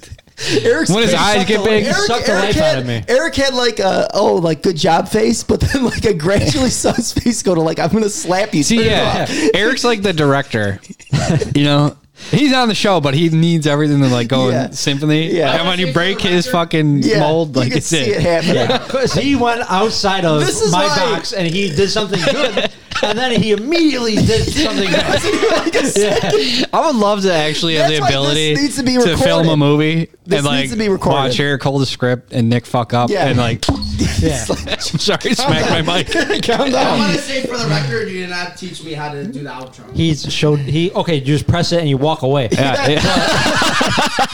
S3: Eric's
S2: When his
S3: face
S2: eyes
S3: sucked
S2: get
S3: the
S2: big,
S3: life-
S1: sucked the life
S3: had,
S1: out of me.
S3: Eric had like a oh like good job face, but then like I gradually saw his face go to like I'm gonna slap you.
S2: See,
S3: turn it
S2: yeah,
S3: off.
S2: Eric's like the director. you know, he's on the show, but he needs everything to like go
S3: Yeah.
S2: in symphony.
S3: Yeah.
S2: and when you break his fucking
S3: yeah.
S2: mold, like
S3: you could
S2: it's
S3: see it,
S2: it.
S3: happening.
S1: Because he went outside of
S3: This is
S1: my
S3: why-
S1: box and he did something good, and then he immediately did something bad.
S3: Like I said,
S2: I would love to actually have
S3: That's
S2: the
S3: why this
S2: ability
S3: needs to be
S2: film a
S3: recorded.
S2: movie
S3: This
S2: and like
S3: needs to be recorded.
S2: watch Eric hold the script and Nick fuck up
S3: Yeah.
S2: and like
S1: Yeah.
S2: sorry smack my mic.
S3: calm
S5: I
S3: down.
S5: want to say for the record, you did not teach me how to do the outro.
S1: He's showed he okay. You just press it and you walk away.
S2: Yeah, yeah.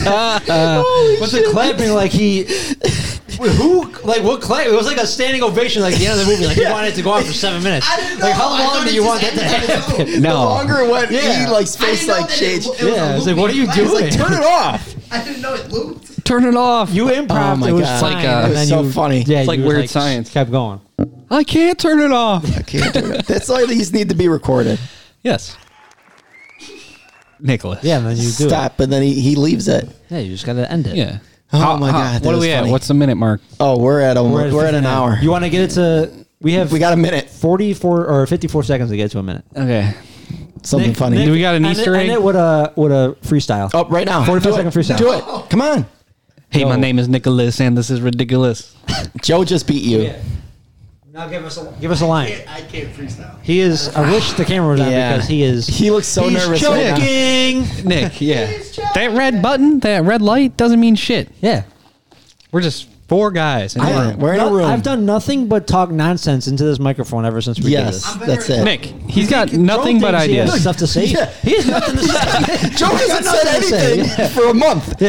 S1: But the clapping, like he, who, like what clap? It was like a standing ovation, like the end of the movie. Like he wanted it to go on for seven minutes.
S5: I didn't know.
S1: Like how
S5: I thought
S1: long do
S5: it
S1: you
S5: just
S1: want that to
S5: ended
S1: happen?
S5: on its own.
S3: The
S2: no.
S3: longer it went,
S1: Yeah.
S3: he like his
S5: I didn't
S3: face
S5: know
S3: like
S5: that it
S3: changed.
S5: lo- it was
S1: Yeah,
S5: a
S1: it's like, what are you
S5: looping
S1: doing?
S5: class.
S3: Turn it off.
S5: I didn't know it looped.
S2: Turn it off.
S1: You improv.
S3: Oh my
S1: it was
S3: God.
S1: fine,
S2: Like, uh,
S1: and
S2: it was
S1: then
S3: so
S1: you-
S3: funny.
S1: Yeah,
S2: It's like
S1: you,
S2: weird science.
S1: Kept going.
S2: I can't turn it off.
S3: Can't do it. That's why these need to be recorded.
S2: yes. Nicholas.
S1: Yeah, and then you do
S3: Stop, and then he, he leaves it.
S1: it. Yeah, you just gotta end it.
S2: Yeah.
S3: Oh my God, that
S2: What are
S3: was
S2: we at?
S3: funny.
S2: What's the minute mark?
S3: Oh, we're at a we're, at an
S1: 59.
S3: hour.
S1: You want to get it to? We have
S3: we got a minute.
S1: forty-four or fifty-four seconds to get to a minute.
S2: Okay.
S3: something
S1: Nick-
S3: funny.
S1: Nick,
S2: Do we got an
S1: end it-
S2: Easter
S1: end
S2: egg?
S1: it with a with a freestyle.
S3: Up Oh, right now.
S1: 45
S3: Do it.
S1: second freestyle.
S3: Do it. Come on.
S2: Hey, my
S1: No.
S2: name is Nicholas, and this is ridiculous.
S3: Joe just beat you.
S1: Yeah. Now give us a give us a line.
S5: I can't freestyle.
S1: He is. I wish the camera was on
S3: Yeah.
S1: because he is.
S3: He looks so
S1: he's
S3: nervous right now.
S1: Choking.
S2: Nick, yeah. That red button, that red light doesn't mean shit.
S1: yeah.
S2: We're just four guys in a
S3: Yeah,
S2: room.
S3: we're in a
S1: No,
S3: room.
S1: I've done nothing but talk nonsense into this microphone ever since we did
S3: Yes,
S1: this.
S3: that's it.
S2: Nick, he's got nothing
S1: Joe
S2: but
S1: thinks He has
S2: ideas.
S1: stuff to say.
S3: Yeah.
S1: He has nothing to say.
S3: Joe hasn't
S1: nothing
S3: said
S1: to say,
S3: anything for a month.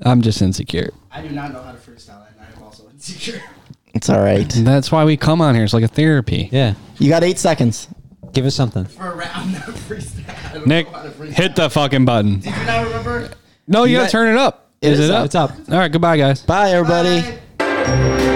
S2: I'm just insecure.
S5: I do not know how to freestyle, and I am also insecure.
S3: It's all right.
S2: That's why we come on here. It's like a therapy.
S1: yeah.
S3: You got eight seconds.
S1: Give us something.
S5: For a round, I'm not freestyle. I don't
S2: Nick,
S5: know how to freestyle.
S2: hit the fucking button.
S5: Did you not remember?
S2: No, you,
S3: You
S2: gotta
S3: got-
S2: turn it up.
S3: It
S2: Is
S3: is
S2: it
S3: up.
S2: up?
S1: It's up.
S2: All right, goodbye, guys.
S3: Bye, everybody.
S5: Bye.